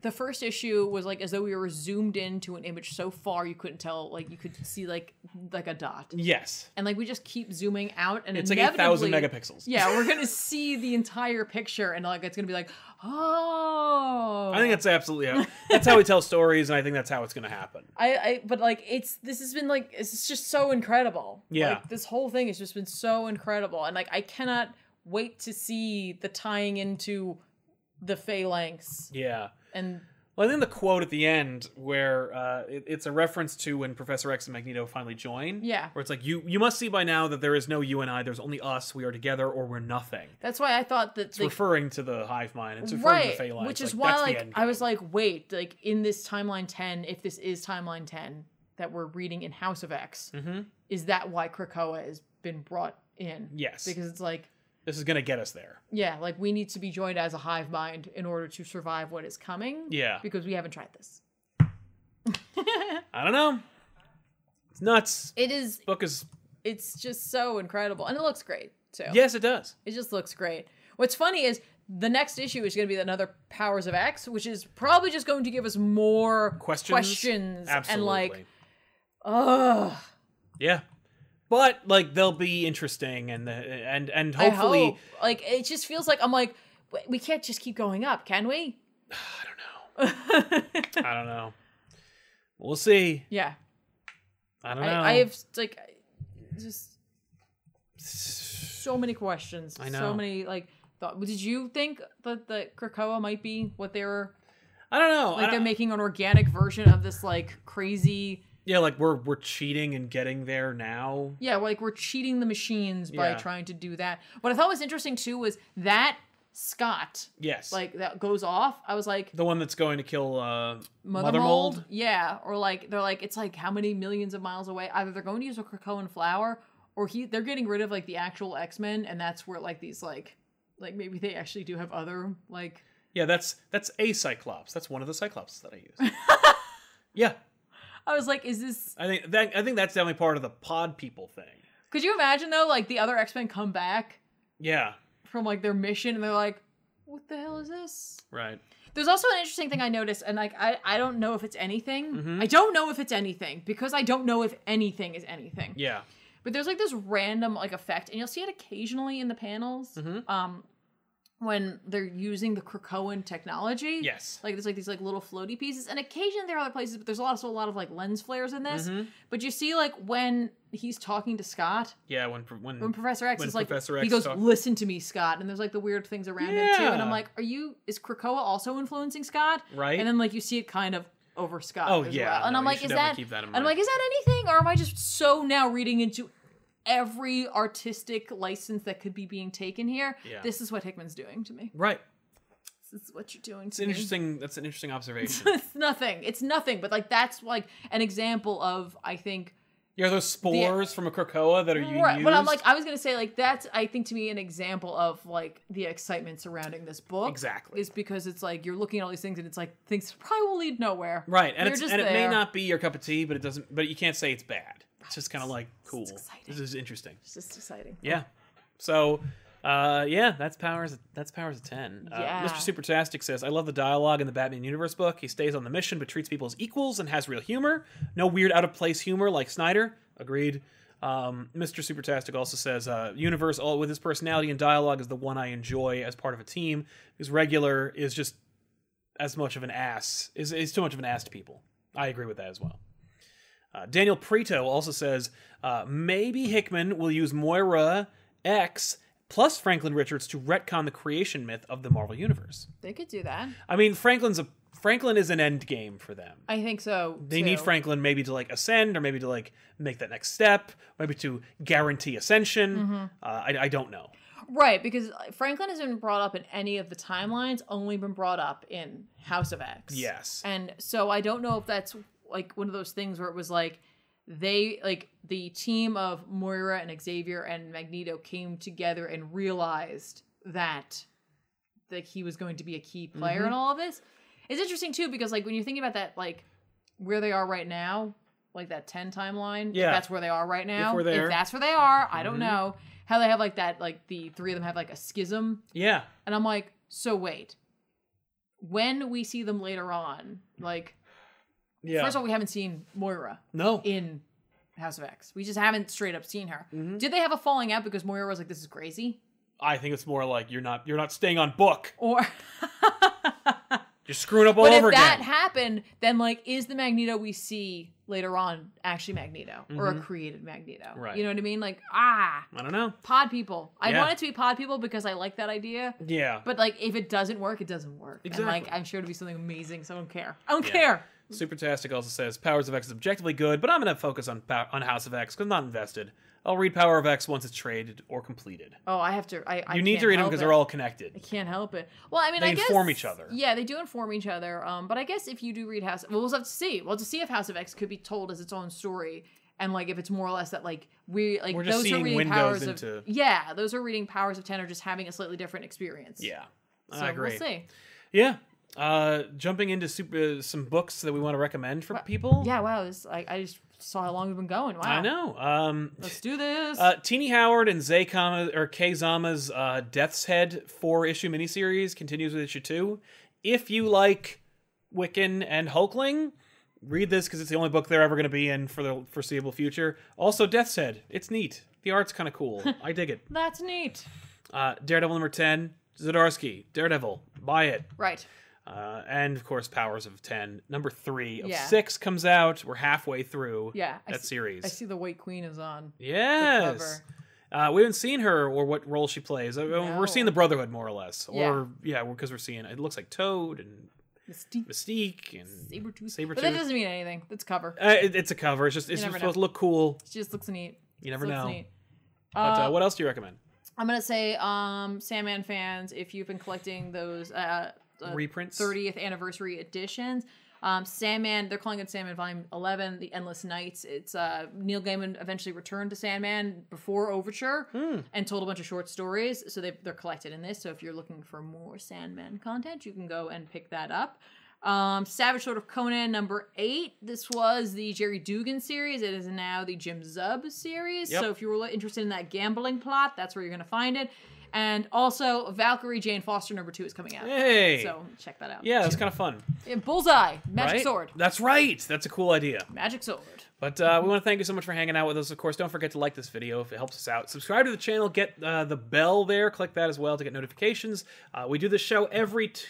Speaker 2: the first issue was like as though we were zoomed into an image so far you couldn't tell like you could see like like a dot
Speaker 1: Yes.
Speaker 2: and like we just keep zooming out and
Speaker 1: It's like eight thousand
Speaker 2: inevitably-
Speaker 1: megapixels.
Speaker 2: yeah we're gonna see the entire picture and like it's gonna be like oh
Speaker 1: I think that's absolutely how, that's how we tell stories, and I think that's how it's going to happen.
Speaker 2: I, I but like it's this has been like it's just so incredible.
Speaker 1: Yeah.
Speaker 2: Like this whole thing has just been so incredible. And like I cannot wait to see the tying into the phalanx
Speaker 1: Yeah.
Speaker 2: and
Speaker 1: Well, I think the quote at the end where uh, it, it's a reference to when Professor X and Magneto finally join.
Speaker 2: Yeah.
Speaker 1: Where it's like you you must see by now that there is no you and I. There's only us. We are together, or we're nothing.
Speaker 2: that's why I thought that
Speaker 1: It's
Speaker 2: like
Speaker 1: referring to the hive mind. It's referring
Speaker 2: right
Speaker 1: to the phalanx.
Speaker 2: which is
Speaker 1: like,
Speaker 2: why
Speaker 1: that's the
Speaker 2: like
Speaker 1: end
Speaker 2: I
Speaker 1: game.
Speaker 2: was like wait like in this timeline 10 if this is timeline 10 that we're reading in House of X
Speaker 1: Mm. Mm-hmm.
Speaker 2: is that why Krakoa has been brought in?
Speaker 1: Yes.
Speaker 2: Because it's like
Speaker 1: this is going to get us there.
Speaker 2: Yeah, like we need to be joined as a hive mind in order to survive what is coming.
Speaker 1: Yeah.
Speaker 2: Because we haven't tried this.
Speaker 1: I don't know. It's nuts.
Speaker 2: It is
Speaker 1: book is
Speaker 2: it's just so incredible. And it looks great too.
Speaker 1: yes, it does.
Speaker 2: It just looks great. What's funny is the next issue is gonna be another Powers of X, which is probably just going to give us more
Speaker 1: Questions.
Speaker 2: questions
Speaker 1: Absolutely.
Speaker 2: and like ugh.
Speaker 1: yeah. But like they'll be interesting and uh, and and
Speaker 2: I
Speaker 1: hopefully
Speaker 2: hope. like it just feels like I'm like "W- we can't just keep going up, can we?
Speaker 1: I don't know. We'll see.
Speaker 2: Yeah.
Speaker 1: I don't know.
Speaker 2: I, I have like just so many questions.
Speaker 1: I know.
Speaker 2: So many like thought. Did you think that the Krakoa might be what they were
Speaker 1: I don't know. I
Speaker 2: like? They're
Speaker 1: don't-
Speaker 2: making an organic version of this like crazy.
Speaker 1: yeah, like we're we're cheating and getting there now.
Speaker 2: Yeah, like we're cheating the machines by
Speaker 1: Yeah.
Speaker 2: trying to do that. What I thought was interesting too was that Scott
Speaker 1: Yes.
Speaker 2: like that goes off. I was like
Speaker 1: the one that's going to kill uh,
Speaker 2: Mother,
Speaker 1: Mother
Speaker 2: mold?
Speaker 1: Mold?
Speaker 2: Yeah, or like they're like it's like how many millions of miles away? Either they're going to use a Krakoan flower, or he they're getting rid of like the actual X Men, and that's where like these like like maybe they actually do have other like
Speaker 1: Yeah, that's that's a Cyclops. That's one of the Cyclops that I use. yeah,
Speaker 2: I was like, is this?
Speaker 1: I think that I think that's definitely part of the pod people thing.
Speaker 2: Could you imagine though? Like the other X Men come back
Speaker 1: Yeah.
Speaker 2: from like their mission, and they're like, what the hell is this?
Speaker 1: Right.
Speaker 2: There's also an interesting thing I noticed, and like I I don't know if it's anything. I don't know if it's anything because I don't know if anything is anything.
Speaker 1: Yeah.
Speaker 2: but there's like this random like effect and you'll see it occasionally in the panels um when they're using the Krakoan technology
Speaker 1: Yes.
Speaker 2: like there's like these like little floaty pieces and occasionally there are other places but there's also a lot of like lens flares in this but you see like when he's talking to Scott
Speaker 1: Yeah. When when,
Speaker 2: when Professor X
Speaker 1: Mm. When
Speaker 2: is like
Speaker 1: Professor
Speaker 2: he
Speaker 1: X
Speaker 2: goes
Speaker 1: talk-
Speaker 2: listen to me Scott and there's like the weird things around him too and I'm
Speaker 1: Yeah.
Speaker 2: like are you is Krakoa also influencing Scott
Speaker 1: Right.
Speaker 2: and then like you see it kind of over Scott
Speaker 1: Oh,
Speaker 2: as
Speaker 1: yeah,
Speaker 2: well. and
Speaker 1: no,
Speaker 2: I'm
Speaker 1: you
Speaker 2: like
Speaker 1: should
Speaker 2: is
Speaker 1: definitely
Speaker 2: that,
Speaker 1: keep that in
Speaker 2: and I'm
Speaker 1: mind.
Speaker 2: like is that anything or am I just so now reading into every artistic license that could be being taken here
Speaker 1: Yeah.
Speaker 2: this is what Hickman's doing to me
Speaker 1: right.
Speaker 2: this is what you're doing
Speaker 1: It's
Speaker 2: to
Speaker 1: an
Speaker 2: me
Speaker 1: interesting. That's an interesting observation.
Speaker 2: it's nothing it's nothing but like that's like an example of I think
Speaker 1: yeah, are those spores from a Krakoa that are you
Speaker 2: Right,
Speaker 1: used?
Speaker 2: but I'm like, I was gonna say like that's I think to me an example of like the excitement surrounding this book.
Speaker 1: Exactly.
Speaker 2: "Oh," is because it's like you're looking at all these things and it's like things probably will lead nowhere.
Speaker 1: Right, and
Speaker 2: They're
Speaker 1: it's,
Speaker 2: just
Speaker 1: and it may
Speaker 2: there.
Speaker 1: not be your cup of tea, but it doesn't. But you can't say it's bad. It's just kind of like cool.
Speaker 2: exciting.
Speaker 1: This is interesting.
Speaker 2: It's just exciting.
Speaker 1: Yeah. So, uh, yeah, that's powers. That's powers of ten.
Speaker 2: Yeah.
Speaker 1: Uh, Mr. Supertastic says, "I love the dialogue in the Batman universe book. He stays on the mission, but treats people as equals and has real humor. No weird out of place humor like Snyder." Agreed. Um, Mr. Supertastic also says, uh, "Universe all with his personality and dialogue is the one I enjoy as part of a team. His regular is just as much of an ass is is too much of an ass to people. I agree with that as well." Uh, Daniel Preto also says uh, maybe Hickman will use Moira X plus Franklin Richards to retcon the creation myth of the Marvel Universe.
Speaker 2: They could do that.
Speaker 1: I mean, Franklin's a Franklin is an end game for them.
Speaker 2: I think so.
Speaker 1: They need
Speaker 2: too.
Speaker 1: Franklin maybe to like ascend, or maybe to like make that next step, maybe to guarantee ascension.
Speaker 2: Mm-hmm.
Speaker 1: Uh, I, I don't know.
Speaker 2: Right, because uh, Franklin hasn't been brought up in any of the timelines, only been brought up in House of X.
Speaker 1: Yes.
Speaker 2: And so I don't know if that's like one of those things where it was like they like the team of Moira and Xavier and Magneto came together and realized that that he was going to be a key
Speaker 1: Mm-hmm.
Speaker 2: player in all of this. It's interesting too because like when you're thinking about that like where they are right now, like that 10 timeline, if
Speaker 1: Yeah.
Speaker 2: that's where they are right now.
Speaker 1: we're there. Mm-hmm.
Speaker 2: If that's where they are, I don't know. How they have like that like the three of them have like a schism
Speaker 1: Yeah.
Speaker 2: and I'm like, so wait. When we see them later on, like
Speaker 1: Yeah.
Speaker 2: first of all, we haven't seen Moira
Speaker 1: no.
Speaker 2: in House of X. We just haven't straight up seen her.
Speaker 1: Mm-hmm.
Speaker 2: Did they have a falling out because Moira was like, "This is crazy,"
Speaker 1: I think it's more like you're not you're not staying on book.
Speaker 2: or?
Speaker 1: You're screwing up all
Speaker 2: but if
Speaker 1: over
Speaker 2: that
Speaker 1: again.
Speaker 2: happened, then like, is the Magneto we see later on actually Magneto or a created Magneto?
Speaker 1: Mm-hmm. Right.
Speaker 2: You know what I mean? Like, ah,
Speaker 1: I don't know.
Speaker 2: pod people. I
Speaker 1: Yeah.
Speaker 2: want it to be pod people because I like that idea.
Speaker 1: Yeah.
Speaker 2: But like, if it doesn't work, it doesn't work. And like,
Speaker 1: Exactly.
Speaker 2: I'm sure it'll be something amazing. So I don't care. I don't
Speaker 1: Yeah.
Speaker 2: care.
Speaker 1: Supertastic also says Powers of X is objectively good, but I'm gonna focus on Pow- on House of X because I'm not invested. I'll read Power of X once it's traded or completed.
Speaker 2: Oh, I have to. I, I
Speaker 1: You need
Speaker 2: can't
Speaker 1: to read them
Speaker 2: help
Speaker 1: because
Speaker 2: it.
Speaker 1: they're all connected.
Speaker 2: I can't help it. Well, I mean,
Speaker 1: They
Speaker 2: I guess
Speaker 1: inform each other.
Speaker 2: Yeah, they do inform each other. Um, but I guess if you do read House, well, we'll have to see. We'll have to see if House of X could be told as its own story, and like if it's more or less that like we like
Speaker 1: We're just
Speaker 2: those who are
Speaker 1: seeing
Speaker 2: reading
Speaker 1: windows
Speaker 2: powers
Speaker 1: into-
Speaker 2: of yeah, those who are reading powers of ten are just having a slightly different experience.
Speaker 1: Yeah,
Speaker 2: so
Speaker 1: I agree.
Speaker 2: we'll see.
Speaker 1: Yeah, uh, jumping into super, uh, some books that we want to recommend for people.
Speaker 2: Yeah, wow. This, I I just saw how long we've been going. Wow,
Speaker 1: I know. Um,
Speaker 2: Let's do this.
Speaker 1: uh, Teeny Howard and Zay Kama or Kay Zama's uh, Death's Head four issue miniseries continues with issue two. If you like Wiccan and Hulkling, read this because it's the only book they're ever going to be in for the foreseeable future. Also, Death's Head, it's neat. The art's kind of cool. I dig it.
Speaker 2: That's neat.
Speaker 1: Uh, Daredevil number ten, Zdarsky, Daredevil, buy it.
Speaker 2: Right.
Speaker 1: Uh, and of course, Powers of Ten, number three of
Speaker 2: Yeah.
Speaker 1: six comes out. We're halfway through
Speaker 2: Yeah. I
Speaker 1: that
Speaker 2: see,
Speaker 1: series.
Speaker 2: I see the White Queen is on.
Speaker 1: Yes. Uh, we haven't seen her or what role she plays. I mean,
Speaker 2: No.
Speaker 1: We're seeing the Brotherhood more or less,
Speaker 2: Yeah.
Speaker 1: or yeah, because we're seeing it looks like Toad and
Speaker 2: Mystique.
Speaker 1: Mystique and
Speaker 2: Sabretooth.
Speaker 1: Sabretooth.
Speaker 2: But that doesn't mean anything. That's cover.
Speaker 1: uh, it- it's a cover. It's just it's
Speaker 2: never
Speaker 1: just
Speaker 2: know.
Speaker 1: supposed to look cool.
Speaker 2: It just looks neat.
Speaker 1: You never
Speaker 2: Just looks
Speaker 1: know.
Speaker 2: neat.
Speaker 1: But
Speaker 2: Uh,
Speaker 1: uh, what else do you recommend?
Speaker 2: I'm gonna say, um, Sandman fans, if you've been collecting those uh, uh,
Speaker 1: Reprints.
Speaker 2: 30th anniversary editions, um, Sandman, they're calling it Sandman Volume 11, The Endless Nights. It's uh, Neil Gaiman eventually returned to Sandman before Overture and told a bunch of short stories, so they, they're collected in this. So if you're looking for more Sandman content, you can go and pick that up. Um, Savage Sword of Conan number eight. This was the Jerry Dugan series. It is now the Jim Zub series.
Speaker 1: Yep.
Speaker 2: So if you were interested in that gambling plot, that's where you're going to find it. And also, Valkyrie Jane Foster number two is coming out.
Speaker 1: Hey.
Speaker 2: So check that out.
Speaker 1: Yeah, that's kind of fun.
Speaker 2: Yeah, Bullseye, magic
Speaker 1: right?
Speaker 2: sword,
Speaker 1: That's right. That's a cool idea.
Speaker 2: magic sword.
Speaker 1: But uh, we want to thank you so much for hanging out with us. Of course, don't forget to like this video if it helps us out. Subscribe to the channel, get uh, the bell there, click that as well to get notifications. Uh, we do this show every t-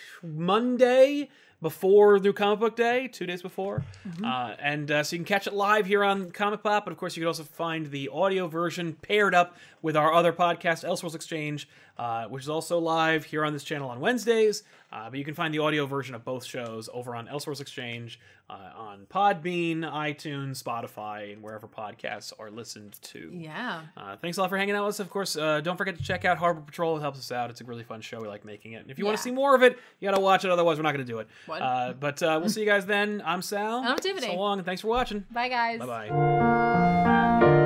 Speaker 1: Monday before New Comic Book Day, two days before. Uh, and uh, so you can catch it live here on Comic Pop. But of course, you can also find the audio version paired up with our other podcast, Elseworlds Exchange, uh, which is also live here on this channel on Wednesdays. Uh, but you can find the audio version of both shows over on Elseworlds Exchange, uh, on Podbean, iTunes, Spotify, and wherever podcasts are listened to.
Speaker 2: Yeah.
Speaker 1: Uh, thanks a lot for hanging out with us. Of course, uh, don't forget to check out Harbor Patrol. It helps us out. It's a really fun show. We like making it. And if you want
Speaker 2: Yeah.
Speaker 1: to see more of it, you got to watch it. Otherwise, we're not going to do it.
Speaker 2: What?
Speaker 1: Uh, but uh, we'll see you guys then. I'm Sal.
Speaker 2: I'm Tiffany.
Speaker 1: So long, and thanks for watching.
Speaker 2: Bye guys.
Speaker 1: Bye bye.